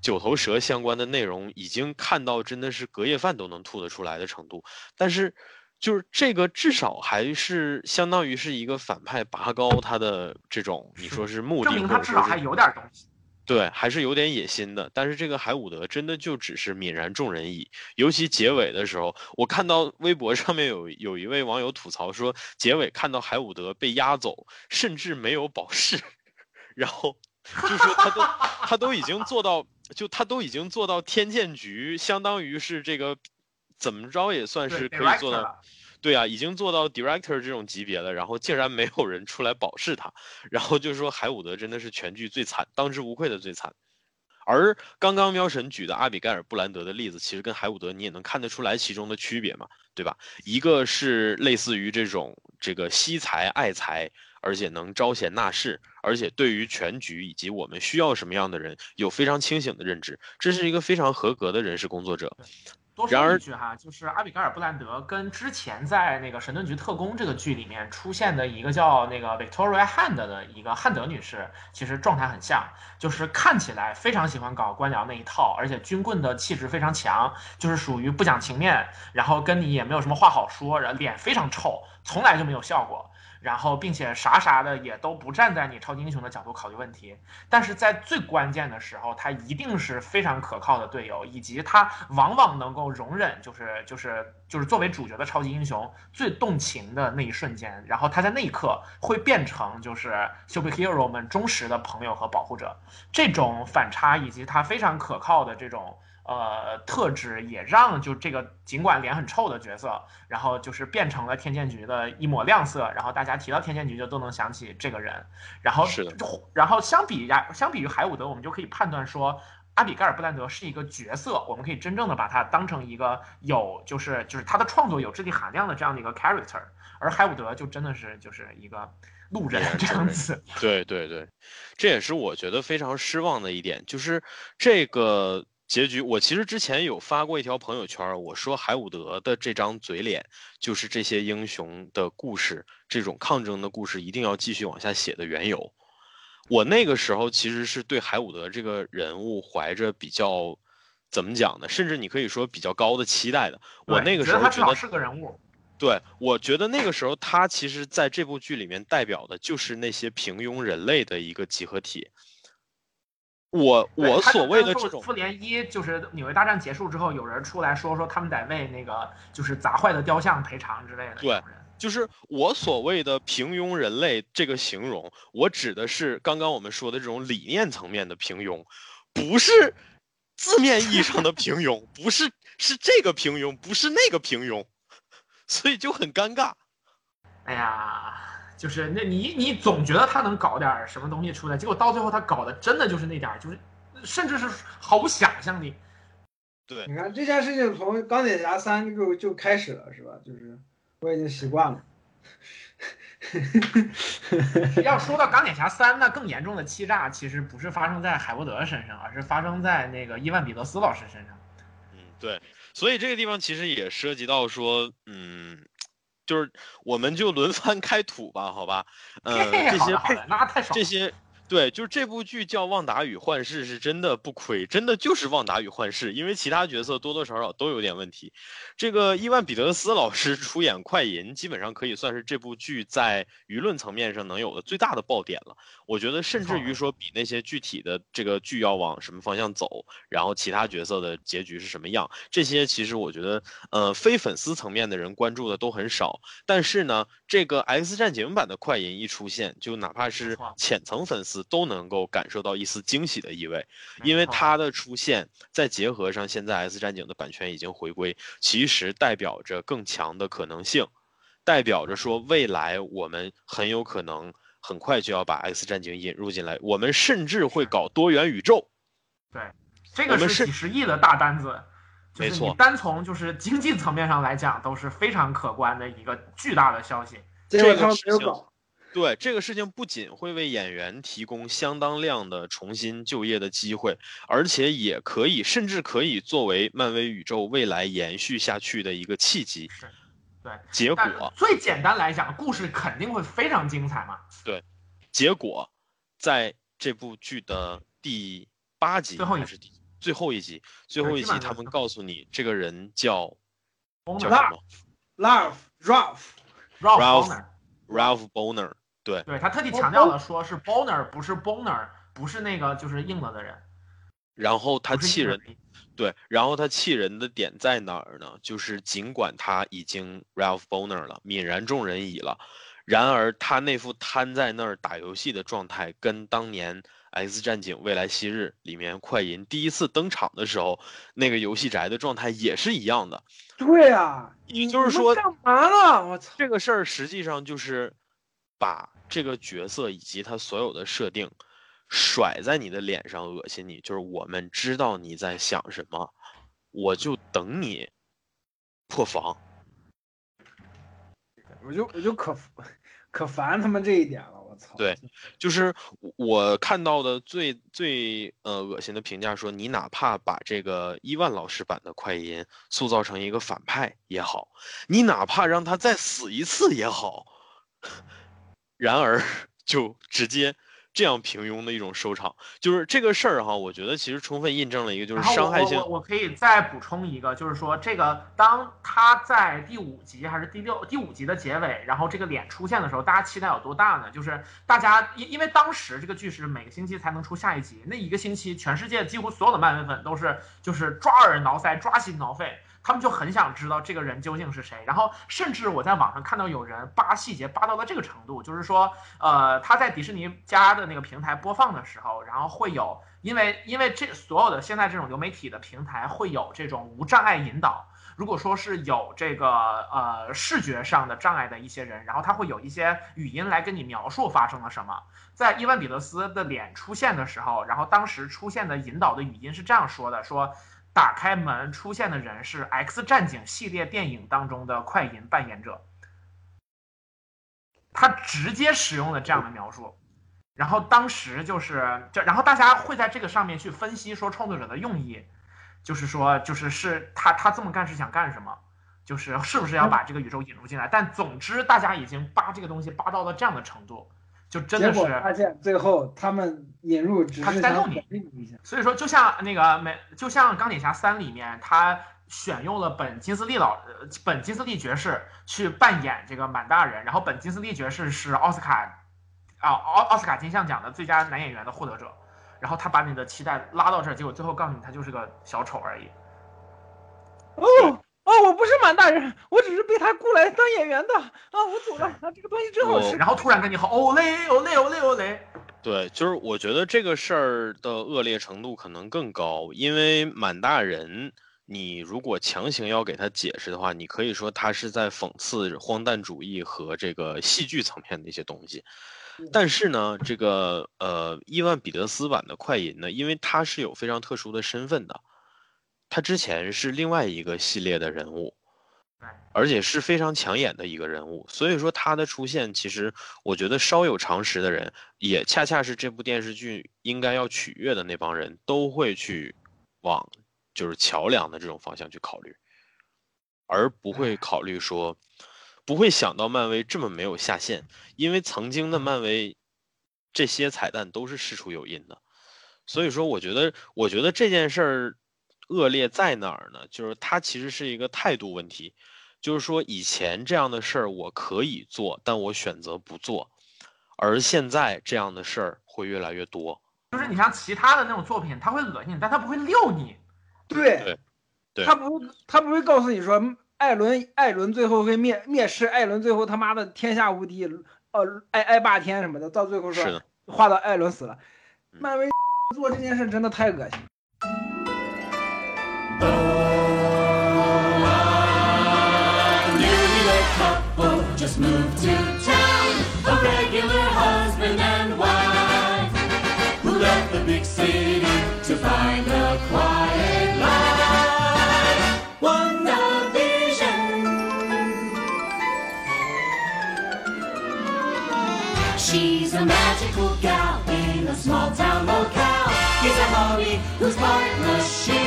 [SPEAKER 2] 九头蛇相关的内容，已经看到真的是隔夜饭都能吐得出来的程度，但是就是这个至少还是相当于是一个反派拔高他的这种你说是目的，
[SPEAKER 3] 证明
[SPEAKER 2] 或
[SPEAKER 3] 他
[SPEAKER 2] 者
[SPEAKER 3] 至
[SPEAKER 2] 说
[SPEAKER 3] 少
[SPEAKER 2] 是
[SPEAKER 3] 还有点东西。
[SPEAKER 2] 对，还是有点野心的。但是这个海伍德真的就只是泯然众人矣。尤其结尾的时候，我看到微博上面有有一位网友吐槽说，结尾看到海伍德被押走，甚至没有保释， 然 后就说他都他都已经做到，就他都已经做到天剑局，相当于是这个怎么着也算
[SPEAKER 3] 对
[SPEAKER 2] 是可
[SPEAKER 3] director
[SPEAKER 2] 以做到。
[SPEAKER 3] 了
[SPEAKER 2] 对啊，已经做到 director 这种级别了，然后竟然没有人出来保释他，然后就说海伍德真的是全剧最惨，当之无愧的最惨。而刚刚喵神举的阿比盖尔·布兰德的例子，其实跟海伍德你也能看得出来其中的区别嘛，对吧？一个是类似于这种这个惜财爱财，而且能招贤纳士，而且对于全局以及我们需要什么样的人有非常清醒的认知，这是一个非常合格的人事工作者。
[SPEAKER 3] 多
[SPEAKER 2] 然
[SPEAKER 3] 说
[SPEAKER 2] 而
[SPEAKER 3] 一句哈，就是阿比盖尔·布兰德跟之前在那个《神盾局特工》这个剧里面出现的一个叫那个 Victoria Hand 的一个汉德女士，其实状态很像，就是看起来非常喜欢搞官僚那一套，而且军棍的气质非常强，就是属于不讲情面，然后跟你也没有什么话好说，然后脸非常臭，从来就没有笑过。然后，并且啥啥的也都不站在你超级英雄的角度考虑问题，但是在最关键的时候，他一定是非常可靠的队友，以及他往往能够容忍，就是就是就是作为主角的超级英雄最动情的那一瞬间，然后他在那一刻会变成就是 superhero 们忠实的朋友和保护者。这种反差以及他非常可靠的这种呃特质，也让就这个尽管脸很臭的角色，然后就是变成了天剑局的一抹亮色，然后大家提到天剑局就都能想起这个人。然后
[SPEAKER 2] 是的
[SPEAKER 3] 就然后相比呀，相比于海伍德，我们就可以判断说。阿比盖尔·布兰德是一个角色，我们可以真正的把他当成一个有，就是就是他的创作有质地含量的这样的一个 character，而海伍德就真的是就是一个路人
[SPEAKER 2] 也是
[SPEAKER 3] 这
[SPEAKER 2] 路
[SPEAKER 3] 样
[SPEAKER 2] 人
[SPEAKER 3] 子。
[SPEAKER 2] 对对对，这也是我觉得非常失望的一点，就是这个结局。我其实之前有发过一条朋友圈儿，我说海伍德的这张嘴脸，就是这些英雄的故事，这种抗争的故事一定要继续往下写的缘由。我那个时候其实是对海伍德这个人物怀着比较，怎么讲呢？甚至你可以说比较高的期待的。我
[SPEAKER 3] 对
[SPEAKER 2] 那个
[SPEAKER 3] 觉
[SPEAKER 2] 时
[SPEAKER 3] 得
[SPEAKER 2] 候
[SPEAKER 3] 他至
[SPEAKER 2] 觉得
[SPEAKER 3] 少是个人物，
[SPEAKER 2] 对，我觉得那个时候他其实在这部剧里面代表的就是那些平庸人类的一个集合体。我
[SPEAKER 3] 对
[SPEAKER 2] 我
[SPEAKER 3] 他就
[SPEAKER 2] 所谓
[SPEAKER 3] 跟
[SPEAKER 2] 的
[SPEAKER 3] 复
[SPEAKER 2] 这种
[SPEAKER 3] 复联一就是纽约大战结束之后，有人出来说说他们得为那个就是砸坏的雕像赔偿之类的。
[SPEAKER 2] 对，就是我所谓的平庸人类这个形容，我指的是刚刚我们说的这种理念层面的平庸，不是字面意义上的平庸，不是是这个平庸，不是那个平庸，所以就很尴尬。
[SPEAKER 3] 哎呀，就是那你你总觉得他能搞点什么东西出来，结果到最后他搞的真的就是那点儿，就是甚至是毫无想象力。
[SPEAKER 2] 对
[SPEAKER 1] 你看这件事情从钢铁侠三就就开始了，是吧？就是我已经习惯了。
[SPEAKER 3] 要说到钢铁侠三，那更严重的欺诈其实不是发生在海伯德身上，而是发生在那个伊万彼得斯老师身上。
[SPEAKER 2] 嗯，对，所以这个地方其实也涉及到说，嗯，就是我们就轮番开土吧，好吧？呃，
[SPEAKER 3] 嘿
[SPEAKER 2] 这
[SPEAKER 3] 好
[SPEAKER 2] 些
[SPEAKER 3] 的好
[SPEAKER 2] 配
[SPEAKER 3] 的，那太爽
[SPEAKER 2] 这
[SPEAKER 3] 了。
[SPEAKER 2] 些，对，就是这部剧叫《旺达与幻视》，是真的不亏，真的就是《旺达与幻视》，因为其他角色多多少少都有点问题。这个伊万彼得斯老师出演快银，基本上可以算是这部剧在舆论层面上能有的最大的爆点了。我觉得，甚至于说比那些具体的这个剧要往什么方向走，然后其他角色的结局是什么样，这些其实我觉得，呃，非粉丝层面的人关注的都很少。但是呢，这个《X 战警》版的快银一出现，就哪怕
[SPEAKER 3] 没
[SPEAKER 2] 是
[SPEAKER 3] 错
[SPEAKER 2] 浅层粉丝都能够感受到一丝惊喜的意味，
[SPEAKER 3] 没
[SPEAKER 2] 因为
[SPEAKER 3] 错
[SPEAKER 2] 它的出现，再结合上现在《X 战警》的版权已经回归，其实代表着更强的可能性，代表着说未来我们很有可能很快就要把《X 战警》引入进来，我们甚至会搞多元宇宙。
[SPEAKER 3] 这
[SPEAKER 2] 我
[SPEAKER 3] 个
[SPEAKER 2] 们
[SPEAKER 3] 是
[SPEAKER 2] 是
[SPEAKER 3] 几十亿的大单子，就
[SPEAKER 2] 没
[SPEAKER 3] 是
[SPEAKER 2] 错
[SPEAKER 3] 你单从就是经济层面上来讲，都是非常可观的一个巨大的消息。
[SPEAKER 1] 结果
[SPEAKER 2] 这个
[SPEAKER 1] 他们
[SPEAKER 2] 事
[SPEAKER 1] 没有
[SPEAKER 2] 情
[SPEAKER 1] 搞，
[SPEAKER 2] 对这个事情，不仅会为演员提供相当量的重新就业的机会，而且也可以，甚至可以作为漫威宇宙未来延续下去的一个契机。
[SPEAKER 3] 是对
[SPEAKER 2] 结
[SPEAKER 3] 但
[SPEAKER 2] 果，
[SPEAKER 3] 最简单来讲，故事肯定会非常精彩嘛。
[SPEAKER 2] 结果，在这部剧的第八集
[SPEAKER 3] 最后一
[SPEAKER 2] 还是第最后一集，最
[SPEAKER 3] 对
[SPEAKER 2] 后一
[SPEAKER 3] 基
[SPEAKER 2] 集
[SPEAKER 3] 本
[SPEAKER 2] 他
[SPEAKER 3] 上就是
[SPEAKER 2] 们告诉你，这个人叫
[SPEAKER 3] 翁
[SPEAKER 2] 叫
[SPEAKER 3] 的
[SPEAKER 2] 什么
[SPEAKER 1] Love Ralph，
[SPEAKER 2] Ralph
[SPEAKER 3] Ralph Bonner，
[SPEAKER 2] Ralph Boner。对，
[SPEAKER 3] 对他特地强调了，说是 Bonner 不是 Bonner，不是那个就是硬了的人，
[SPEAKER 2] 然后他
[SPEAKER 3] 不是
[SPEAKER 2] 气
[SPEAKER 3] 硬了
[SPEAKER 2] 人
[SPEAKER 3] 的人。
[SPEAKER 2] 对，然后他气人的点在哪儿呢？就是尽管他已经 Ralph Boner 了，泯然众人矣了，然而他那副瘫在那儿打游戏的状态，跟当年《X 战警：未来昔日》里面快银第一次登场的时候那个游戏宅的状态也是一样的。
[SPEAKER 1] 对啊，
[SPEAKER 2] 也
[SPEAKER 1] 你
[SPEAKER 2] 就是
[SPEAKER 1] 你们
[SPEAKER 2] 说
[SPEAKER 1] 干嘛呢？我操！
[SPEAKER 2] 这个事儿实际上就是把这个角色以及他所有的设定甩在你的脸上，恶心你。就是我们知道你在想什么，我就等你破防。
[SPEAKER 1] 我就我就可可烦他们这一点了，我操！
[SPEAKER 2] 对，就是我我看到的最最呃恶心的评价说，你哪怕把这个伊万老师版的快银塑造成一个反派也好，你哪怕让他再死一次也好， 然而 就直接这样平庸的一种收场，就是这个事儿哈，我觉得其实充分印证了一个就是
[SPEAKER 3] 然后
[SPEAKER 2] 伤
[SPEAKER 3] 我
[SPEAKER 2] 害
[SPEAKER 3] 我
[SPEAKER 2] 性
[SPEAKER 3] 我，我可以再补充一个，就是说这个当他在第五集还是第六第五集的结尾，然后这个脸出现的时候，大家期待有多大呢？就是大家因因为当时这个剧是每个星期才能出下一集，那一个星期全世界几乎所有的漫威粉都是就是抓耳挠腮、抓心挠肺。他们就很想知道这个人究竟是谁。然后，甚至我在网上看到有人扒细节扒到了这个程度，就是说，呃，他在迪士尼家的那个平台播放的时候，然后会有，因为因为这所有的现在这种流媒体的平台会有这种无障碍引导。如果说是有这个呃视觉上的障碍的一些人，然后他会有一些语音来跟你描述发生了什么。在伊万彼得斯的脸出现的时候，然后当时出现的引导的语音是这样说的：说打开门出现的人是《X 战警》系列电影当中的快银扮演者。他直接使用了这样的描述。然后当时就是这，然后大家会在这个上面去分析说创作者的用意。就是说，就是是他他这么干是想干什么？就是是不是要把这个宇宙引入进来？但总之，大家已经扒这个东西扒到了这样的程度，就真
[SPEAKER 1] 结
[SPEAKER 3] 的
[SPEAKER 1] 果
[SPEAKER 3] 是
[SPEAKER 1] 发现最后他们引入只
[SPEAKER 3] 他
[SPEAKER 1] 是
[SPEAKER 3] 是在
[SPEAKER 1] 想
[SPEAKER 3] 弄你
[SPEAKER 1] 鼓励你一下，
[SPEAKER 3] 所以说，就像那个美，就像钢铁侠三里面，他选用了本金斯利老呃本金斯利爵士去扮演这个满大人，然后本金斯利爵士是奥斯卡啊奥奥斯卡金像奖的最佳男演员的获得者，然后他把你的期待拉到这儿，结果最后告诉你他就是个小丑而已。
[SPEAKER 1] 哦哦，我不是满大人，我只是被他雇来当演员的啊！我走了，啊，这个东西真好吃。
[SPEAKER 2] 我
[SPEAKER 3] 然后突然跟你吼哦嘞哦嘞哦嘞哦嘞，
[SPEAKER 2] 对，就是我觉得这个事儿的恶劣程度可能更高，因为满大人，你如果强行要给他解释的话，你可以说他是在讽刺荒诞主义和这个戏剧层面的一些东西。但是呢，这个呃，伊万彼得斯版的快银呢，因为他是有非常特殊的身份的，他之前是另外一个系列的人物，而且是非常抢眼的一个人物，所以说他的出现，其实我觉得稍有常识的人，也恰恰是这部电视剧应该要取悦的那帮人都会去往就是桥梁的这种方向去考虑，而不会考虑说，不会想到漫威这么没有下限，因为曾经的漫威这些彩蛋都是事出有因的，所以说我觉得，我觉得这件事儿恶劣在哪儿呢？就是它其实是一个态度问题。就是说以前这样的事儿我可以做，但我选择不做，而现在这样的事儿会越来越多。
[SPEAKER 3] 就是你像其他的那种作品，他会恶心你，但他不会溜你。
[SPEAKER 1] 对
[SPEAKER 2] 对，对
[SPEAKER 1] 他不会，他不会告诉你说，艾伦，艾伦最后会灭灭世，艾伦最后他妈的天下无敌，呃，爱爱霸天什么的，到最后
[SPEAKER 2] 是
[SPEAKER 1] 说
[SPEAKER 2] 的，
[SPEAKER 1] 画到艾伦死了。漫威 做这件事真的太恶心了。
[SPEAKER 9] Just moved to town, a regular husband and wife who left the big city to find a quiet life. One She's a magical gal in a small town locale. He's a hobby whose partner's she.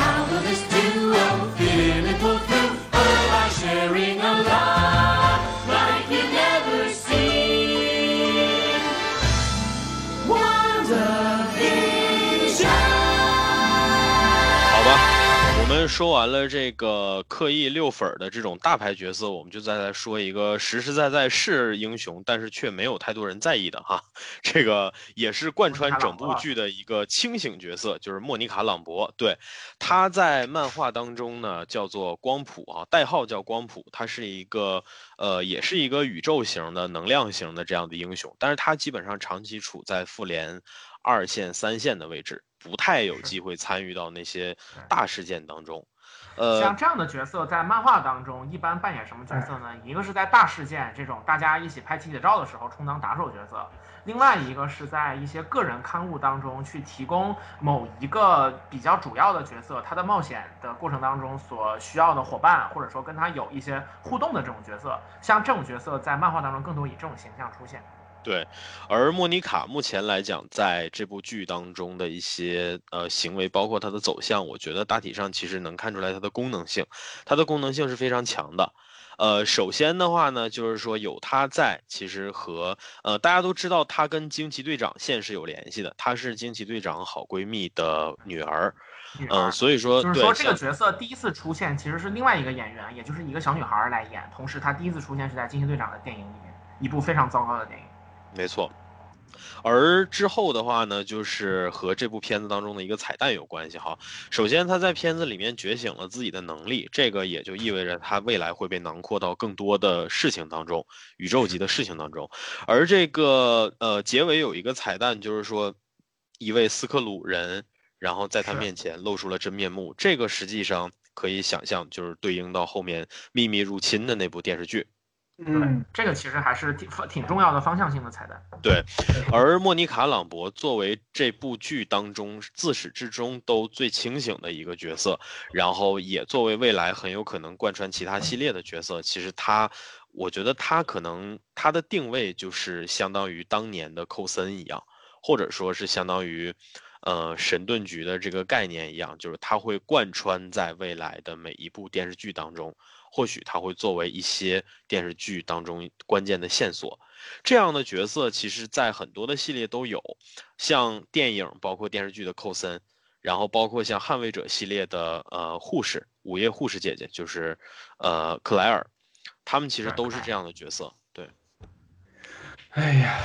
[SPEAKER 9] How will this duo fit in and pull through? Oh, by sharing a love like you've never seen. WandaVision.
[SPEAKER 2] 好吧，我们说完了这个刻意遛粉儿的这种大牌角色，我们就再来说一个实实在在是英雄，但是却没有太多人在意的哈。这个也是贯穿整部剧的一个清醒角色，就是莫妮卡·朗博。对，她在漫画当中呢叫做光谱啊，代号叫光谱，她是一个呃，也是一个宇宙型的、能量型的这样的英雄，但是她基本上长期处在复联二线、三线的位置，不太有
[SPEAKER 3] 是
[SPEAKER 2] 机会参与到那些
[SPEAKER 3] 对
[SPEAKER 2] 大事件当中。呃，
[SPEAKER 3] 像这样的角色，在漫画当中一般扮演什么角色呢？一个是在大事件这种大家一起拍集体照的时候充当打手角色，另外一个是在一些个人刊物当中去提供某一个比较主要的角色他的冒险的过程当中所需要的伙伴，或者说跟他有一些互动的这种角色。像这种角色在漫画当中更多以这种形象出现。
[SPEAKER 2] 对，而莫妮卡目前来讲，在这部剧当中的一些呃行为，包括她的走向，我觉得大体上其实能看出来她的功能性，她的功能性是非常强的。呃，首先的话呢，就是说有她在，其实和呃大家都知道她跟惊奇队长线是有联系的，她是惊奇队长好闺蜜的女儿，
[SPEAKER 3] 女
[SPEAKER 2] 嗯、
[SPEAKER 3] 儿
[SPEAKER 2] 所以说
[SPEAKER 3] 就是
[SPEAKER 2] 对
[SPEAKER 3] 说，这
[SPEAKER 2] 像
[SPEAKER 3] 个角色第一次出现其实是另外一个演员，也就是一个小女孩儿来演。同时，她第一次出现是在《惊奇队长》的电影里面，一部非常糟糕的电影。
[SPEAKER 2] 没错，而之后的话呢，就是和这部片子当中的一个彩蛋有关系哈。首先，他在片子里面觉醒了自己的能力，这个也就意味着他未来会被囊括到更多的事情当中，宇宙级的事情当中。而这个呃，结尾有一个彩蛋，就是说一位斯克鲁人，然后在他
[SPEAKER 3] 是
[SPEAKER 2] 面前露出了真面目。这个实际上可以想象，就是对应到后面《秘密入侵》的那部电视剧。
[SPEAKER 1] 嗯，
[SPEAKER 3] 这个其实还是挺挺重要的方向性的彩蛋。
[SPEAKER 2] 而莫妮卡·朗博作为这部剧当中自始至终都最清醒的一个角色，然后也作为未来很有可能贯穿其他系列的角色，其实她，我觉得她可能她的定位就是相当于当年的寇森一样，或者说是相当于，呃，神盾局的这个概念一样，就是它会贯穿在未来的每一部电视剧当中，或许它会作为一些电视剧当中关键的线索。这样的角色，其实在很多的系列都有，像电影包括电视剧的寇森，然后包括像捍卫者系列的呃护士，午夜护士姐姐就是呃克莱尔，他们其实
[SPEAKER 3] 对
[SPEAKER 2] 都是这样的角色。对，
[SPEAKER 1] 哎呀，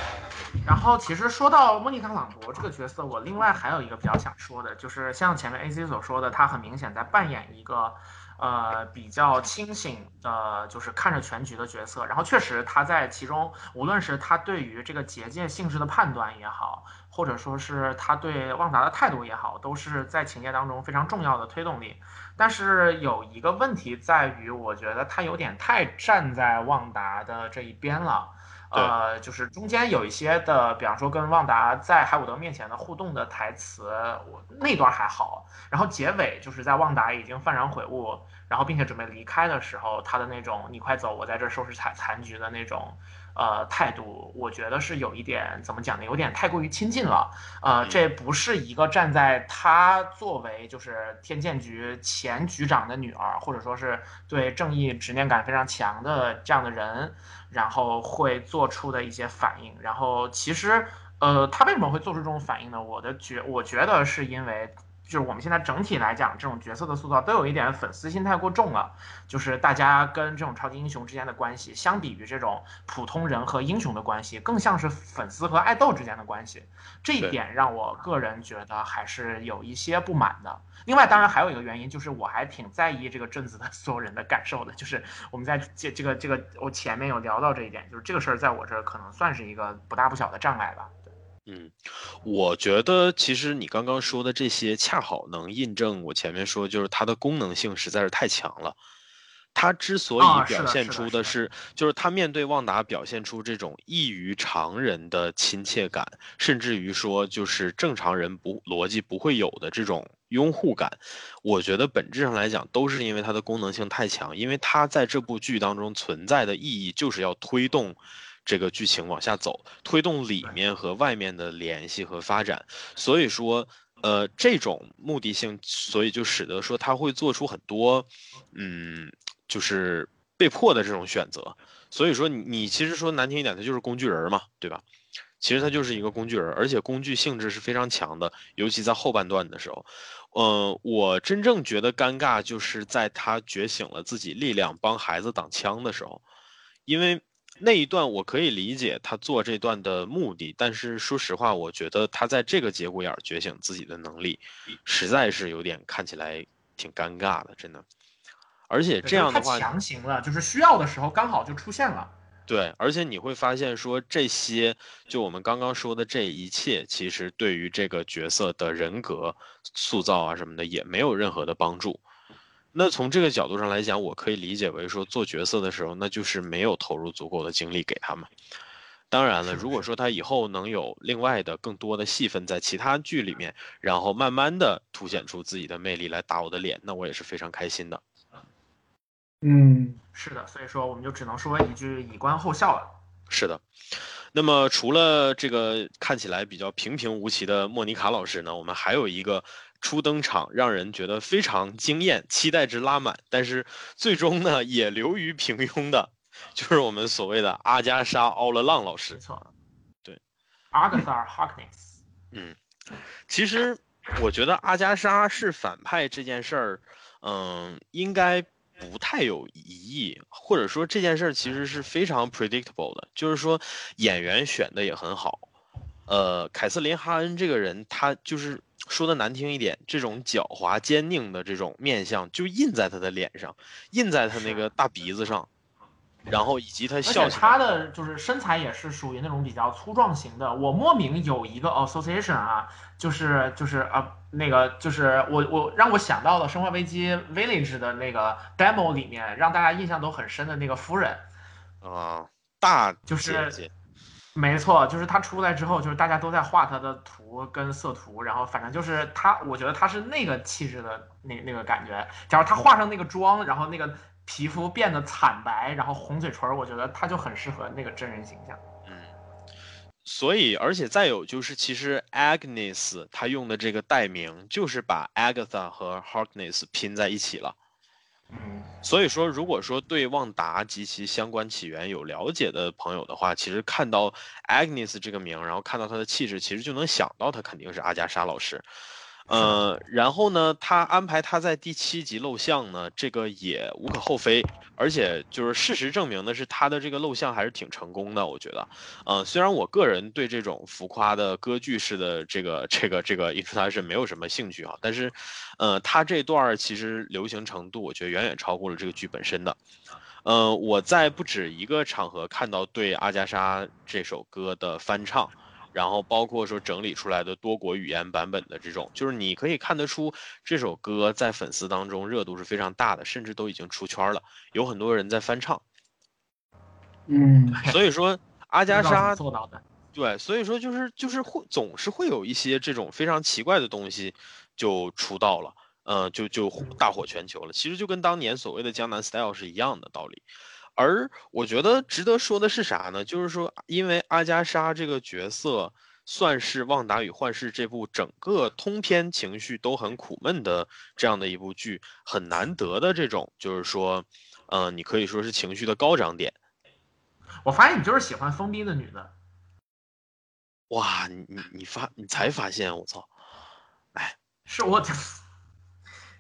[SPEAKER 3] 然后其实说到莫妮卡·朗博这个角色，我另外还有一个比较想说的，就是像前面 A Z 所说的，她很明显在扮演一个。呃，比较清醒的，就是看着全局的角色。然后确实，她在其中，无论是她对于这个结界性质的判断也好，或者说是她对旺达的态度也好，都是在情节当中非常重要的推动力。但是有一个问题在于，我觉得他有点太站在旺达的这一边了。呃，就是中间有一些的，比方说跟旺达在海伍德面前的互动的台词，我那段还好。然后结尾就是在旺达已经幡然悔悟，然后并且准备离开的时候，他的那种“你快走，我在这儿收拾残残局”的那种呃态度，我觉得是有一点怎么讲呢？有点太过于亲近了。呃，
[SPEAKER 2] 嗯
[SPEAKER 3] 这不是一个站在他作为就是天剑局前局长的女儿，或者说是对正义执念感非常强的这样的人，然后会做出的一些反应。然后其实，呃，他为什么会做出这种反应呢？我的觉我觉得是因为。就是我们现在整体来讲，这种角色的塑造都有一点粉丝心太过重了，就是大家跟这种超级英雄之间的关系，相比于这种普通人和英雄的关系，更像是粉丝和爱豆之间的关系。这一
[SPEAKER 2] 对
[SPEAKER 3] 点让我个人觉得还是有一些不满的。另外，当然还有一个原因就是，我还挺在意这个镇子的 所有人的感受的。就是我们在这这个这个，我前面有聊到这一点，就是这个事儿在我这儿可能算是一个不大不小的障碍吧。对
[SPEAKER 2] 嗯，我觉得其实你刚刚说的这些，恰好能印证我前面说，就是它的功能性实在是太强了。它之所
[SPEAKER 3] 啊
[SPEAKER 2] 以
[SPEAKER 3] 是
[SPEAKER 2] 表
[SPEAKER 3] 的
[SPEAKER 2] 现
[SPEAKER 3] 是的
[SPEAKER 2] 出
[SPEAKER 3] 是的
[SPEAKER 2] 是，就是它面对旺达表现出这种异于常人的亲切感，甚至于说就是正常人不逻辑不会有的这种拥护感。我觉得本质上来讲，都是因为它的功能性太强，因为它在这部剧当中存在的意义就是要推动这个剧情往下走，推动里面和外面的联系和发展。所以说，呃，这种目的性，所以就使得说他会做出很多，嗯，就是被迫的这种选择。所以说你，你其实说难听一点，他就是工具人儿嘛，对吧？其实他就是一个工具人儿，而且工具性质是非常强的，尤其在后半段的时候。呃，我真正觉得尴尬，就是在他觉醒了自己力量，帮孩子挡枪的时候，因为那一段我可以理解他做这段的目的，但是说实话，我觉得他在这个节骨眼儿觉醒自己的能力，实在是有点看起来挺尴尬的，真的。而且
[SPEAKER 3] 对，
[SPEAKER 2] 这样的
[SPEAKER 3] 就是
[SPEAKER 2] 话，
[SPEAKER 3] 他强行了，就是需要的时候刚好就出现了。
[SPEAKER 2] 对，而且你会发现说这些，就我们刚刚说的这一切，其实对于这个角色的人格塑造啊什么的也没有任何的帮助。那从这个角度上来讲，我可以理解为说做角色的时候，那就是没有投入足够的精力给他们。当然了，如果说他以后能有另外的更多的戏份在其他剧里面，然后慢慢的凸显出自己的魅力来打我的脸，那我也是非常开心的。
[SPEAKER 1] 嗯，
[SPEAKER 3] 是的，所以说我们就只能说一句以观后效了。
[SPEAKER 2] 是的，那么除了这个看起来比较平平无奇的莫妮卡老师呢，我们还有一个初登场让人觉得非常惊艳、期待值拉满，但是最终呢也流于平庸的，就是我们所谓的阿加莎·奥勒浪老师
[SPEAKER 3] 没。错，
[SPEAKER 2] 对
[SPEAKER 3] ，Agatha Harkness，
[SPEAKER 2] 其实我觉得阿加莎是反派这件事儿，嗯，应该不太有疑义，或者说这件事儿其实是非常 predictable 的，就是说演员选的也很好，呃，凯瑟琳·哈恩这个人，他就是说的难听一点，这种狡猾奸佞的这种面相，就印在他的脸上，印在他那个大鼻子上，然后以及他
[SPEAKER 3] 而
[SPEAKER 2] 笑
[SPEAKER 3] 且
[SPEAKER 2] 起来，
[SPEAKER 3] 他的就是身材也是属于那种比较粗壮型的。我莫名有一个 association 啊，就是就是啊那个就是我我让我想到了《生化危机 Village》的那个 demo 里面，让大家印象都很深的那个夫人。
[SPEAKER 2] 啊、大
[SPEAKER 3] 就是
[SPEAKER 2] 姐姐
[SPEAKER 3] 没错，就是他出来之后，就是大家都在画他的图跟色图，然后反正就是他，我觉得他是那个气质的那那个感觉。假如他画上那个妆，然后那个皮肤变得惨白，然后红嘴唇儿，我觉得他就很适合那个真人形象。
[SPEAKER 2] 所以，而且再有就是，其实 Agnes 她用的这个代名，就是把 Agatha 和 Harkness 拼在一起了。
[SPEAKER 3] 嗯，
[SPEAKER 2] 所以说，如果说对旺达及其相关起源有了解的朋友的话，其实看到 Agnes 这个名，然后看到她的气质，其实就能想到她肯定是阿加莎老师。呃，然后呢，他安排他在第七集露相呢，这个也无可厚非，而且就是事实证明的是，他的这个露相还是挺成功的，我觉得。呃，虽然我个人对这种浮夸的歌剧式的这个这个这个 introduction 没有什么兴趣啊，但是，呃，他这段儿其实流行程度，我觉得远远超过了这个剧本身的。呃，我在不止一个场合看到对阿加莎这首歌的翻唱，然后包括说整理出来的多国语言版本的这种，就是你可以看得出这首歌在粉丝当中热度是非常大的，甚至都已经出圈了，有很多人在翻唱。
[SPEAKER 1] 嗯，
[SPEAKER 2] 所以说，阿加
[SPEAKER 3] 不知道怎
[SPEAKER 2] 莎
[SPEAKER 3] 么做到的，
[SPEAKER 2] 对，所以说就是就是会总是会有一些这种非常奇怪的东西就出道了，呃，就就火大火全球了。其实就跟当年所谓的江南 style 是一样的道理。而我觉得值得说的是啥呢？就是说，因为阿加莎这个角色算是《旺达与幻视》这部整个通篇情绪都很苦闷的这样的一部剧，很难得的这种，就是说，呃，你可以说是情绪的高涨点。
[SPEAKER 3] 我发现你就是喜欢疯逼的女的。
[SPEAKER 2] 哇，你你你发你才发现，我操！
[SPEAKER 3] 是我，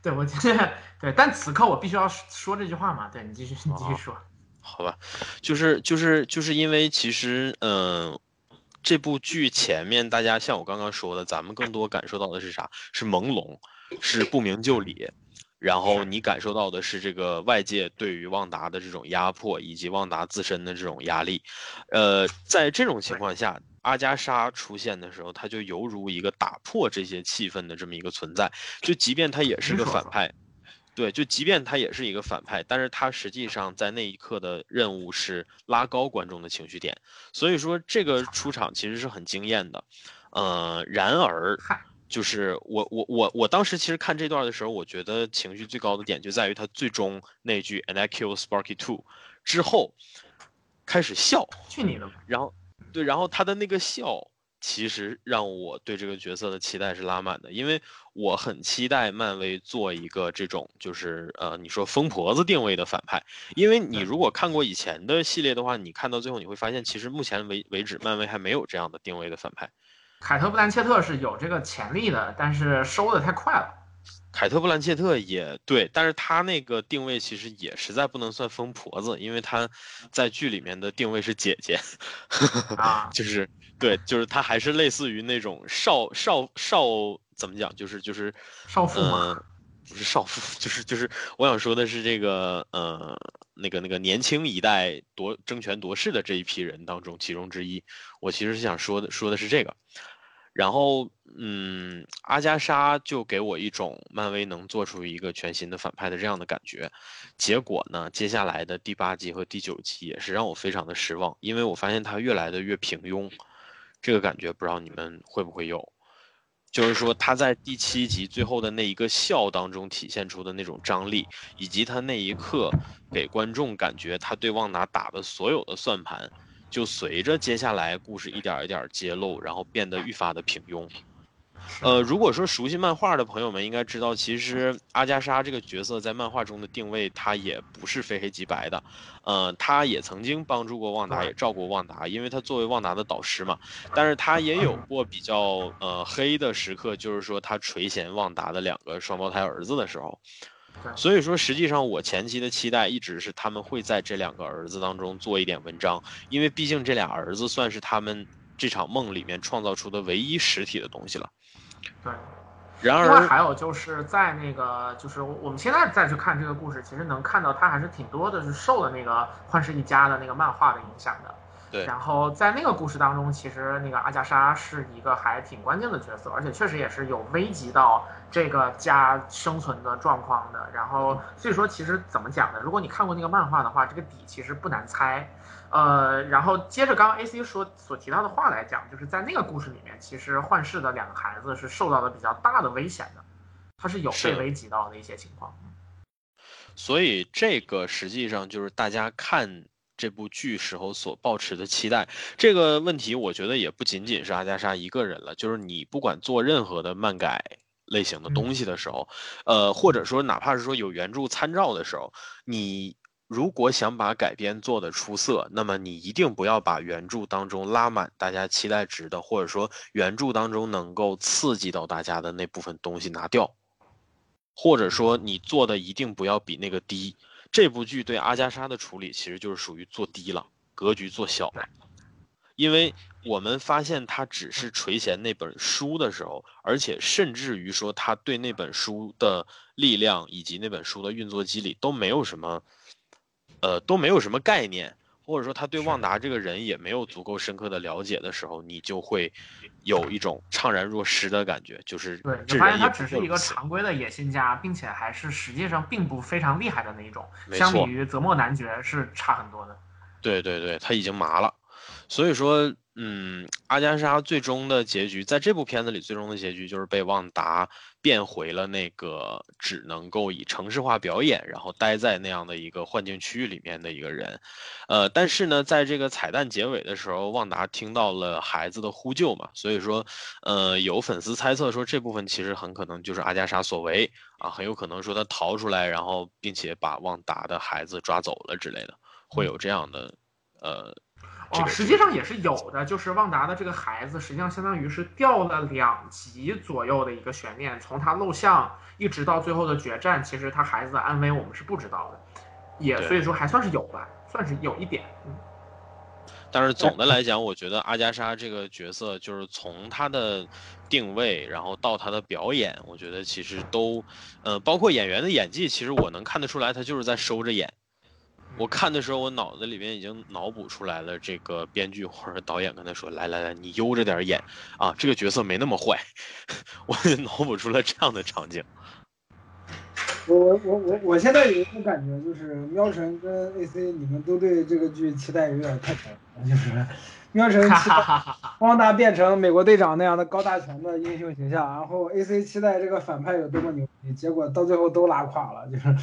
[SPEAKER 3] 对我今天对，但此刻我必须要说这句话嘛。对你继续，你继续说。
[SPEAKER 2] 好吧，就是就是就是因为其实，嗯、这部剧前面大家像我刚刚说的，咱们更多感受到的是啥？是朦胧，是不明就里，然后你感受到的是这个外界对于旺达的这种压迫，以及旺达自身的这种压力。呃，在这种情况下，阿加莎出现的时候，她就犹如一个打破这些气氛的这么一个存在。就即便她也是个反派，对，就即便他也是一个反派，但是他实际上在那一刻的任务是拉高观众的情绪点，所以说这个出场其实是很惊艳的，呃，然而
[SPEAKER 3] 嗨
[SPEAKER 2] 就是我我我我当时其实看这段的时候，我觉得情绪最高的点就在于他最终那句 “and I kill Sparky too” 之后开始笑，
[SPEAKER 3] 去你的吧！
[SPEAKER 2] 然后对，然后他的那个笑，其实让我对这个角色的期待是拉满的，因为我很期待漫威做一个这种就是呃，你说疯婆子定位的反派，因为你如果看过以前的系列的话，你看到最后你会发现，其实目前为为止，漫威还没有这样的定位的反派。
[SPEAKER 3] 凯特·布兰切特是有这个潜力的，但是收的太快了。
[SPEAKER 2] 凯特·布兰切特也对，但是她那个定位其实也实在不能算疯婆子，因为她在剧里面的定位是姐姐，
[SPEAKER 3] 啊
[SPEAKER 2] 就是对，就是她还是类似于那种少少少怎么讲，就是就是
[SPEAKER 3] 少妇嘛，
[SPEAKER 2] 呃，不是少妇， 就是就是我想说的是这个呃那个那个年轻一代夺争权夺势的这一批人当中其中之一，我其实是想说的说的是这个。然后，嗯，阿加莎就给我一种漫威能做出一个全新的反派的这样的感觉。结果呢，接下来的第八集和第九集也是让我非常的失望，因为我发现他越来的越平庸，这个感觉不知道你们会不会有。就是说，他在第七集最后的那一个笑当中体现出的那种张力，以及他那一刻给观众感觉他对旺达打的所有的算盘，就随着接下来故事一点儿一点儿揭露，然后变得愈发的平庸。呃，如果说熟悉漫画的朋友们应该知道，其实阿加莎这个角色在漫画中的定位，她也不是非黑即白的，呃，她也曾经帮助过旺达，也照顾旺达，因为她作为旺达的导师嘛。但是她也有过比较呃黑的时刻，就是说她垂涎旺达的两个双胞胎儿子的时候。
[SPEAKER 3] 对
[SPEAKER 2] 所以说，实际上我前期的期待一直是他们会在这两个儿子当中做一点文章，因为毕竟这俩儿子算是他们这场梦里面创造出的唯一实体的东西了。
[SPEAKER 3] 对。
[SPEAKER 2] 然
[SPEAKER 3] 另外
[SPEAKER 2] 而，
[SPEAKER 3] 还有就是在那个，就是我们现在再去看这个故事，其实能看到它还是挺多的，是受了那个《幻视一家》的那个漫画的影响的。
[SPEAKER 2] 对
[SPEAKER 3] 然后在那个故事当中，其实那个阿加莎是一个还挺关键的角色，而且确实也是有危及到这个家生存的状况的。然
[SPEAKER 2] 嗯
[SPEAKER 3] 后所以说，其实怎么讲呢？如果你看过那个漫画的话，这个底其实不难猜。呃，然后接着刚刚 A C 说所提到的话来讲，就是在那个故事里面，其实幻视的两个孩子是受到了比较大的危险的，他是有
[SPEAKER 2] 是
[SPEAKER 3] 被
[SPEAKER 2] 的
[SPEAKER 3] 危及到的一些情况。
[SPEAKER 2] 所以这个实际上就是大家看这部剧时候所抱持的期待。这个问题，我觉得也不仅仅是阿加莎一个人了，就是你不管做任何的漫改类型的东西的时候，呃，或者说哪怕是说有原著参照的时候，你。如果想把改编做得出色，那么你一定不要把原著当中拉满大家期待值的，或者说原著当中能够刺激到大家的那部分东西拿掉。或者说你做的一定不要比那个低。这部剧对阿加莎的处理其实就是属于做低了，格局做小了。因为我们发现他只是垂涎那本书的时候，而且甚至于说他对那本书的力量以及那本书的运作机理都没有什么，呃，都没有什么概念，或者说他对旺达这个人也没有足够深刻的了解的时候，你就会有一种怅然若失的感觉，就是
[SPEAKER 3] 对，
[SPEAKER 2] 这
[SPEAKER 3] 你发
[SPEAKER 2] 人
[SPEAKER 3] 现
[SPEAKER 2] 也
[SPEAKER 3] 他
[SPEAKER 2] 不
[SPEAKER 3] 只是
[SPEAKER 2] 过
[SPEAKER 3] 一
[SPEAKER 2] 如
[SPEAKER 3] 个
[SPEAKER 2] 此
[SPEAKER 3] 常规的野心家，并且还是实际上并不非常厉害的那一种，
[SPEAKER 2] 没
[SPEAKER 3] 相比
[SPEAKER 2] 错
[SPEAKER 3] 于泽莫男爵是差很多的。
[SPEAKER 2] 对对对，他已经麻了，所以说，嗯，阿加莎最终的结局，在这部片子里，最终的结局就是被旺达变回了那个只能够以城市化表演，然后待在那样的一个幻境区域里面的一个人。呃，但是呢，在这个彩蛋结尾的时候，旺达听到了孩子的呼救嘛，所以说，呃，有粉丝猜测说这部分其实很可能就是阿加莎所为啊，很有可能说他逃出来，然后并且把旺达的孩子抓走了之类的。会有这样的，呃，这
[SPEAKER 3] 哦，
[SPEAKER 2] 个
[SPEAKER 3] 实
[SPEAKER 2] 这
[SPEAKER 3] 际
[SPEAKER 2] 个
[SPEAKER 3] 上也是有的，就是旺达的这个孩子，实际上相当于是掉了两集左右的一个悬念，从他露相一直到最后的决战，其实他孩子的安危我们是不知道的，也
[SPEAKER 2] 对
[SPEAKER 3] 所以说还算是有吧，算是有一点， 嗯，
[SPEAKER 2] 但是总的来讲，我觉得阿加莎这个角色，就是从她的定位，然后到她的表演，我觉得其实都，呃，包括演员的演技，其实我能看得出来，她就是在收着演。我看的时候，我脑子里面已经脑补出来了，这个编剧或者导演跟他说：“来来来，你悠着点演啊，这个角色没那么坏。” 我就脑补出了这样的场景。
[SPEAKER 1] 我我我我我现在有一种感觉，就是喵晨跟 AC 你们都对这个剧期待有点太高了，就是 喵晨
[SPEAKER 3] 哈
[SPEAKER 1] 期
[SPEAKER 3] 哈
[SPEAKER 1] 待
[SPEAKER 3] 哈哈哈。
[SPEAKER 1] 汪达变成美国队长那样的高大全的英雄形象，然后 AC 期待这个反派有多么牛逼，结果到最后都拉垮了，就是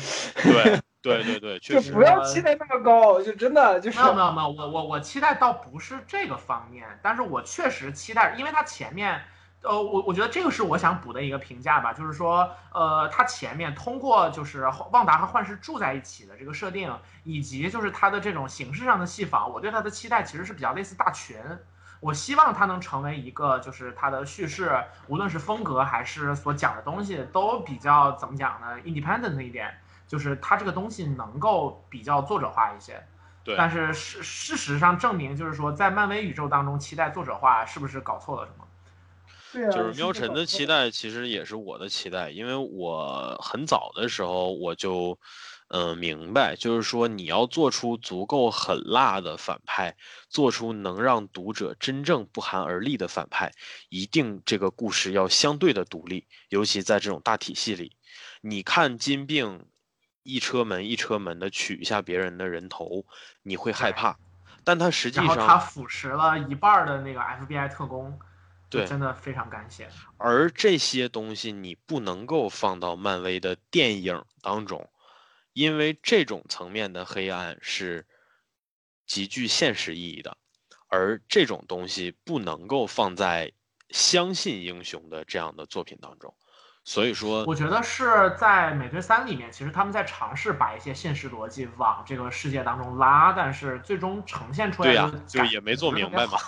[SPEAKER 2] 对对对对，确
[SPEAKER 1] 就
[SPEAKER 2] 实
[SPEAKER 1] 不要期待那么高，就真的就是
[SPEAKER 3] 没有没有没有，我我我期待倒不是这个方面，但是我确实期待，因为它前面，呃，我我觉得这个是我想补的一个评价吧，就是说，呃，它前面通过就是旺达和幻视住在一起的这个设定，以及就是它的这种形式上的戏仿，我对它的期待其实是比较类似大群。我希望它能成为一个，就是它的叙事，无论是风格还是所讲的东西，都比较怎么讲呢？independent 一点，就是它这个东西能够比较作者化一些。
[SPEAKER 2] 对
[SPEAKER 3] 但是事事实上证明，就是说在漫威宇宙当中，期待作者化是不是搞错了什么？
[SPEAKER 1] 对啊，
[SPEAKER 2] 就是喵晨的期
[SPEAKER 1] 待。
[SPEAKER 2] 待，其实也是我的期待，因为我很早的时候我就，呃，明白，就是说你要做出足够狠辣的反派，做出能让读者真正不寒而栗的反派，一定这个故事要相对的独立，尤其在这种大体系里，你看金并一车门一车门的取一下别人的人头，你会害
[SPEAKER 3] 对
[SPEAKER 2] 怕，但他实际
[SPEAKER 3] 然后
[SPEAKER 2] 上
[SPEAKER 3] 他腐蚀了一半儿的那个 FBI 特工，就
[SPEAKER 2] 对
[SPEAKER 3] 真的非常感谢。
[SPEAKER 2] 而这些东西你不能够放到漫威的电影当中，因为这种层面的黑暗是极具现实意义的，而这种东西不能够放在相信英雄的这样的作品当中。所以说，
[SPEAKER 3] 我觉得是在《美队三》里面，其实他们在尝试把一些现实逻辑往这个世界当中拉，但是最终呈现出来
[SPEAKER 2] 对
[SPEAKER 3] 的
[SPEAKER 2] 呀、
[SPEAKER 3] 感
[SPEAKER 2] 就也没做明白嘛。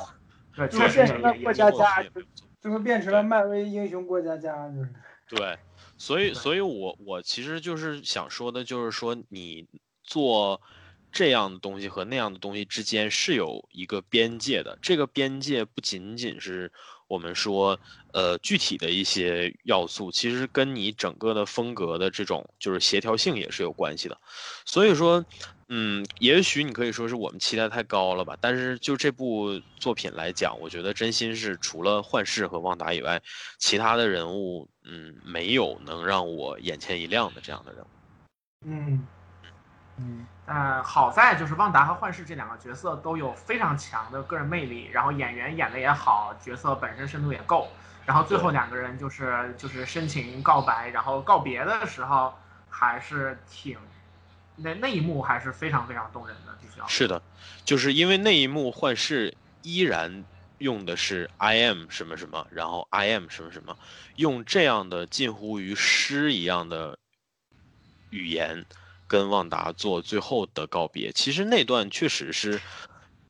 [SPEAKER 3] 对，
[SPEAKER 1] 就
[SPEAKER 3] 确实
[SPEAKER 1] 是
[SPEAKER 3] 也
[SPEAKER 1] 那
[SPEAKER 3] 也
[SPEAKER 1] 过
[SPEAKER 3] 也
[SPEAKER 1] 家
[SPEAKER 2] 做
[SPEAKER 1] 家
[SPEAKER 2] 也没做
[SPEAKER 1] 最后变成了漫威英雄过家家，就是
[SPEAKER 2] 对，所以，
[SPEAKER 3] 对
[SPEAKER 2] 所以我我其实就是想说的，就是说你做这样的东西和那样的东西之间是有一个边界的。这个边界不仅仅是我们说呃具体的一些要素，其实跟你整个的风格的这种就是协调性也是有关系的。所以说，嗯，也许你可以说是我们期待太高了吧，但是就这部作品来讲，我觉得真心是除了幻视和旺达以外，其他的人物，嗯，没有能让我眼前一亮的这样的人物。
[SPEAKER 1] 嗯
[SPEAKER 3] 嗯，但好在就是旺达和幻视这两个角色都有非常强的个人魅力，然后演员演的也好，角色本身深度也够，然后最后两个人就是就是深情告白，然后告别的时候还是挺那那一幕还是非常非常动人的，必须要
[SPEAKER 2] 是的，就是因为那一幕幻视依然用的是 I am 什么什么，然后 I am 什么什么，用这样的近乎于诗一样的语言跟旺达做最后的告别。其实那段确实是，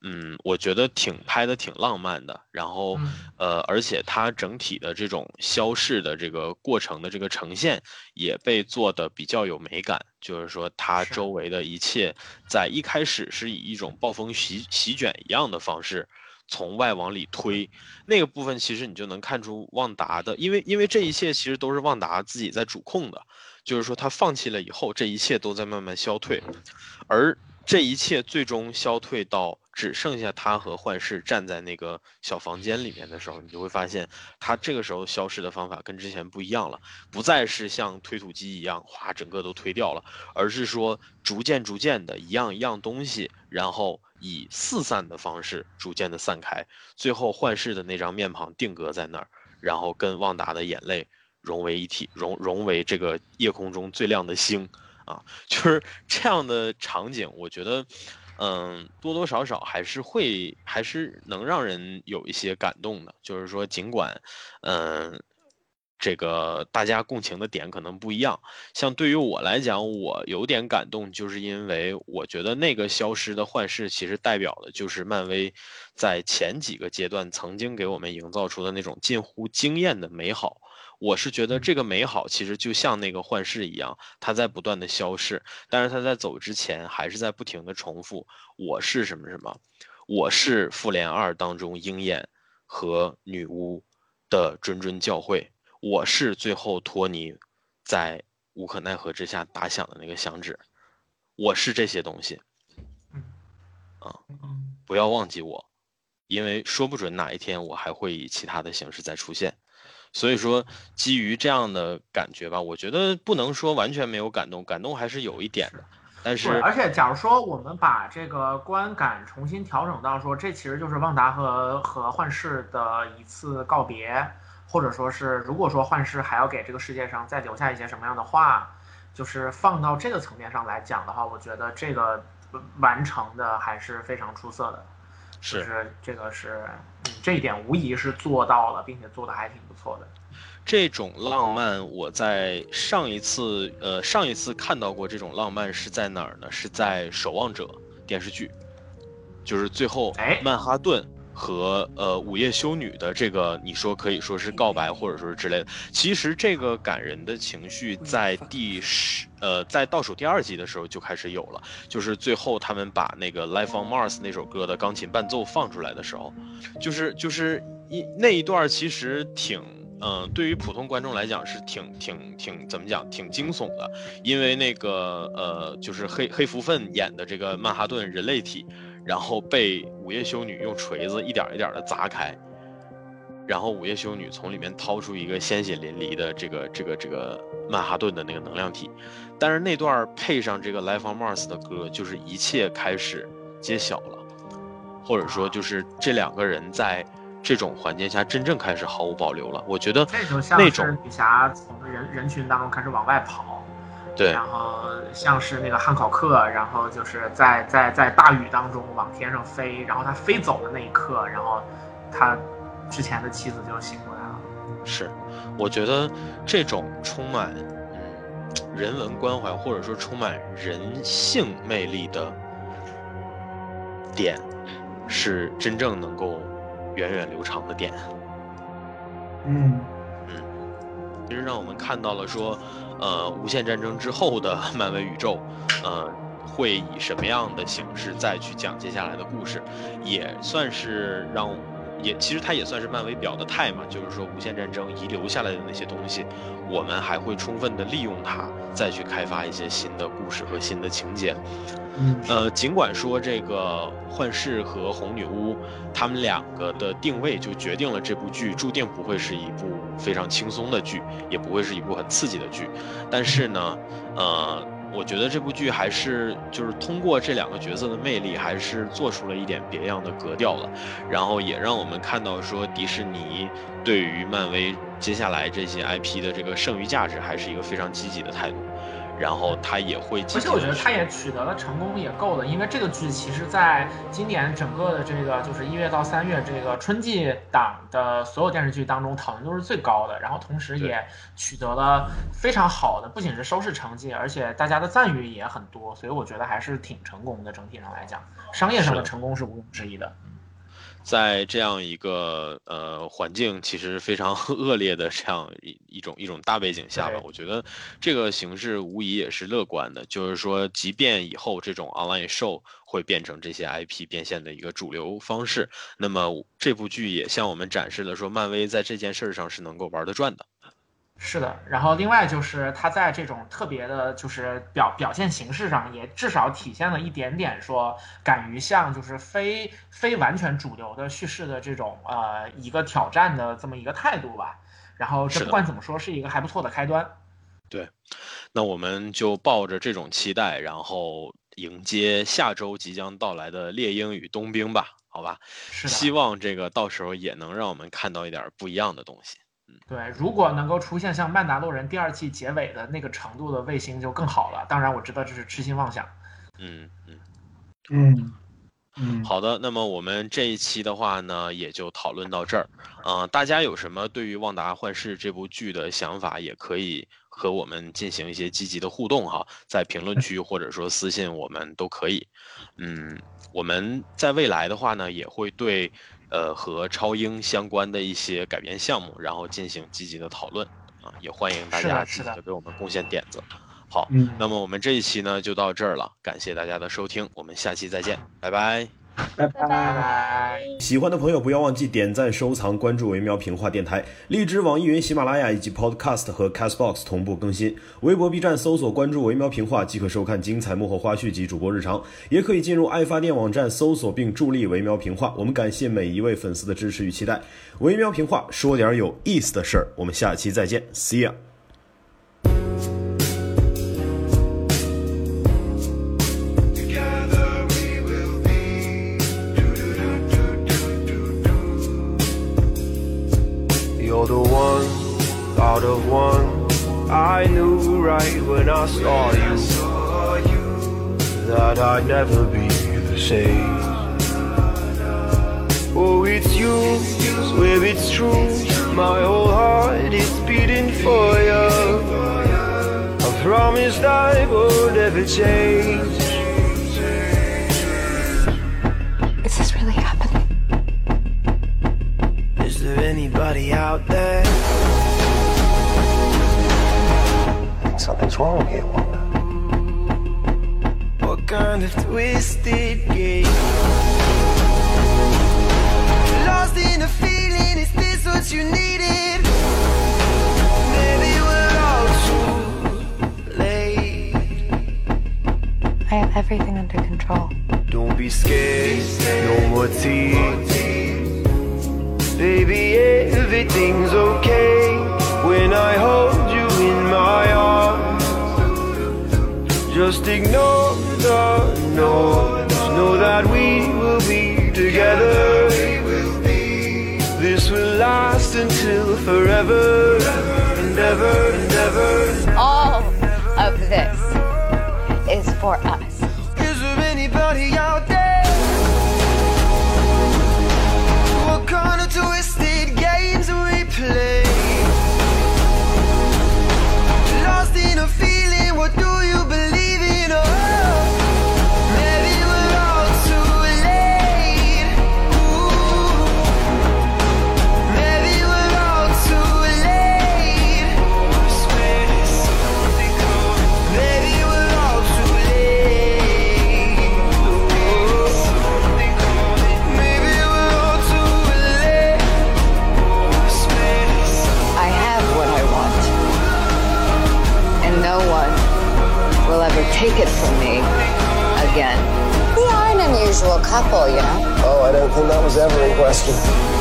[SPEAKER 2] 嗯，我觉得挺拍的挺浪漫的。然后，
[SPEAKER 3] 嗯
[SPEAKER 2] 呃，而且它整体的这种消逝的这个过程的这个呈现也被做的比较有美感，就是说它
[SPEAKER 3] 是
[SPEAKER 2] 周围的一切在一开始是以一种暴风席席卷一样的方式。从外往里推，那个部分其实你就能看出旺达的，因为因为这一切其实都是旺达自己在主控的，就是说他放弃了以后，这一切都在慢慢消退，而这一切最终消退到只剩下他和幻视站在那个小房间里面的时候，你就会发现他这个时候消失的方法跟之前不一样了，不再是像推土机一样哗整个都推掉了，而是说逐渐逐渐的一样一样东西，然后以四散的方式逐渐的散开，最后幻视的那张面庞定格在那儿，然后跟旺达的眼泪融为一体，融融为这个夜空中最亮的星啊，就是这样的场景，我觉得。嗯，多多少少还是会，还是能让人有一些感动的。就是说，尽管，嗯，这个大家共情的点可能不一样。像对于我来讲，我有点感动，就是因为我觉得那个消失的幻视，其实代表的就是漫威在前几个阶段曾经给我们营造出的那种近乎惊艳的美好。我是觉得这个美好其实就像那个幻视一样，它在不断的消逝，但是它在走之前还是在不停的重复我是什么什么，我是复联二当中鹰眼和女巫的谆谆教诲，我是最后托尼在无可奈何之下打响的那个响指，我是这些东西，啊
[SPEAKER 3] 嗯
[SPEAKER 2] 不要忘记我，因为说不准哪一天我还会以其他的形式再出现。所以说，基于这样的感觉吧，我觉得不能说完全没有感动，感动还是有一点的，但是
[SPEAKER 3] 对，而且假如说我们把这个观感重新调整到说，这其实就是旺达和和幻视的一次告别，或者说是如果说幻视还要给这个世界上再留下一些什么样的话，就是放到这个层面上来讲的话，我觉得这个呃完成的还是非常出色的，就是是这个是，嗯，这一点无疑是做到了，并且做的还挺不错的。
[SPEAKER 2] 这种浪漫，我在上一次呃上一次看到过这种浪漫是在哪儿呢？是在《守望者》电视剧，就是最后
[SPEAKER 3] 哎
[SPEAKER 2] 曼哈顿和呃午夜修女的这个，你说可以说是告白，或者说是之类的。其实这个感人的情绪在第十呃在倒数第二集的时候就开始有了，就是最后他们把那个《Life on Mars》那首歌的钢琴伴奏放出来的时候，就是就是一那一段儿其实挺。嗯，对于普通观众来讲是挺挺挺怎么讲，挺惊悚的，因为那个呃，就是黑黑福分演的这个曼哈顿人类体，然后被午夜修女用锤子一点儿一点的砸开，然后午夜修女从里面掏出一个鲜血淋漓的这个这个这个曼哈顿的那个能量体，但是那段儿配上这个《Life on Mars》的歌，就是一切开始揭晓了，或者说就是这两个人在这种环境下真正开始毫无保留了。我觉得
[SPEAKER 3] 这就像
[SPEAKER 2] 那
[SPEAKER 3] 是
[SPEAKER 2] 种
[SPEAKER 3] 女侠从人人群当中开始往外跑，
[SPEAKER 2] 对
[SPEAKER 3] 然后像是那个汉考克，然后就是在在在大雨当中往天上飞，然后他飞走的那一刻，然后他之前的妻子就醒过来了。
[SPEAKER 2] 是，我觉得这种充满嗯人文关怀或者说充满人性魅力的点，是真正能够源远流长的点。
[SPEAKER 1] 嗯
[SPEAKER 2] 其 实让我们看到了说，呃，无限战争之后的漫威宇宙，呃，会以什么样的形式再去讲接下来的故事，也算是让。也其实它也算是漫威表的态嘛，就是说无限战争遗留下来的那些东西，我们还会充分的利用它，再去开发一些新的故事和新的情节。
[SPEAKER 1] 嗯
[SPEAKER 2] 呃，尽管说这个幻视和红女巫，他们两个的定位就决定了这部剧注定不会是一部非常轻松的剧，也不会是一部很刺激的剧，但是呢，呃。我觉得这部剧还是就是通过这两个角色的魅力，还是做出了一点别样的格调了，然后也让我们看到说迪士尼对于漫威接下来这些 IP 的这个剩余价值，还是一个非常积极的态度，然后他也会积极
[SPEAKER 3] 而且
[SPEAKER 2] 地
[SPEAKER 3] 我觉得
[SPEAKER 2] 去
[SPEAKER 3] 他也取得了成功，也够了。因为这个剧其实在今年整个的这个就是一月到三月这个春季档的所有电视剧当中讨论度是最高的，然后同时也取得了非常好的，不仅是收视成绩，而且大家的赞誉也很多，所以我觉得还是挺成功的。整体上来讲，商业上的
[SPEAKER 2] 是
[SPEAKER 3] 成功是毋庸置疑的。
[SPEAKER 2] 在这样一个呃环境其实非常 恶劣的这样一一种一种大背景下吧
[SPEAKER 3] 对，
[SPEAKER 2] 我觉得这个形式无疑也是乐观的。就是说，即便以后这种 online show 会变成这些 IP 变现的一个主流方式，那么这部剧也向我们展示了说，漫威在这件事儿上是能够玩得转的。
[SPEAKER 3] 是的，然后另外就是他在这种特别的，就是表表现形式上，也至少体现了一点点说敢于向就是非非完全主流的叙事的这种呃一个挑战的这么一个态度吧。然后
[SPEAKER 2] 是
[SPEAKER 3] 这
[SPEAKER 2] 的
[SPEAKER 3] 不管怎么说是一个还不错的开端。
[SPEAKER 2] 那我们就抱着这种期待，然后迎接下周即将到来的猎鹰与冬兵吧，好吧？
[SPEAKER 3] 是
[SPEAKER 2] 希
[SPEAKER 3] 的，
[SPEAKER 2] 望这个到时候也能让我们看到一点儿不一样的东西。
[SPEAKER 3] 对，如果能够出现像《曼达洛人》第二季结尾的那个程度的卫星就更好了。当然我知道这是痴心妄想。
[SPEAKER 2] 嗯嗯，
[SPEAKER 1] 嗯嗯，
[SPEAKER 2] 好的。那么我们这一期的话呢，也就讨论到这儿。嗯、大家有什么对于《旺达幻视》这部剧的想法，也可以和我们进行一些积极的互动哈，在评论区或者说私信我们都可以。嗯，我们在未来的话呢，也会对呃和超英相关的一些改编项目，然后进行积极的讨论啊，也欢迎大
[SPEAKER 3] 是
[SPEAKER 2] 家
[SPEAKER 3] 的
[SPEAKER 2] 积
[SPEAKER 3] 是
[SPEAKER 2] 极
[SPEAKER 3] 的
[SPEAKER 2] 的给我们贡献点子。好，
[SPEAKER 1] 嗯
[SPEAKER 2] 那么我们这一期呢就到这儿了，感谢大家的收听，我们下期再见，拜拜。
[SPEAKER 1] 拜
[SPEAKER 4] 拜
[SPEAKER 3] 拜拜。
[SPEAKER 10] 喜欢的朋友不要忘记点赞、收藏、关注维喵评话电台，荔枝、网易云、喜马拉雅以及 Podcast 和 Castbox 同步更新。微博、B 站搜索关注维喵评话，即可收看精彩幕后花絮及主播日常，也可以进入爱发电网站搜索并助力维喵评话。我们感谢每一位粉丝的支持与期待。维喵评话说点有意思的事儿，我们下期再见，See ya。
[SPEAKER 5] Together we will be.
[SPEAKER 6] You're the one out of one. I knew right when I saw you that I'd never be the same. Oh, it's you, swear it's true. My whole heart is beating for you. I promised I would never change.
[SPEAKER 7] Is this really happening?
[SPEAKER 6] Is there anybody out there?
[SPEAKER 8] Something's wrong here, Wanda.
[SPEAKER 6] What kind of twisted game? Lost in a feeling, is this what you needed? Maybe we're all too late.
[SPEAKER 7] I have everything under control.
[SPEAKER 6] Don't be scared, no more tears. Baby, everything's okay when I hold you in my arms. Just ignore the noise. Know that we will be together. This will last until forever and ever and ever.
[SPEAKER 7] All of this is for us.
[SPEAKER 6] Is there anybody out there? What kind of twisted games do we play? Lost in a feeling, what do you believe in? Oh, maybe we're all too late. Ooh, maybe we're all too late. I swear.
[SPEAKER 7] take it from me again. We are an unusual couple, you know?
[SPEAKER 6] Oh, I don't think that was ever in question.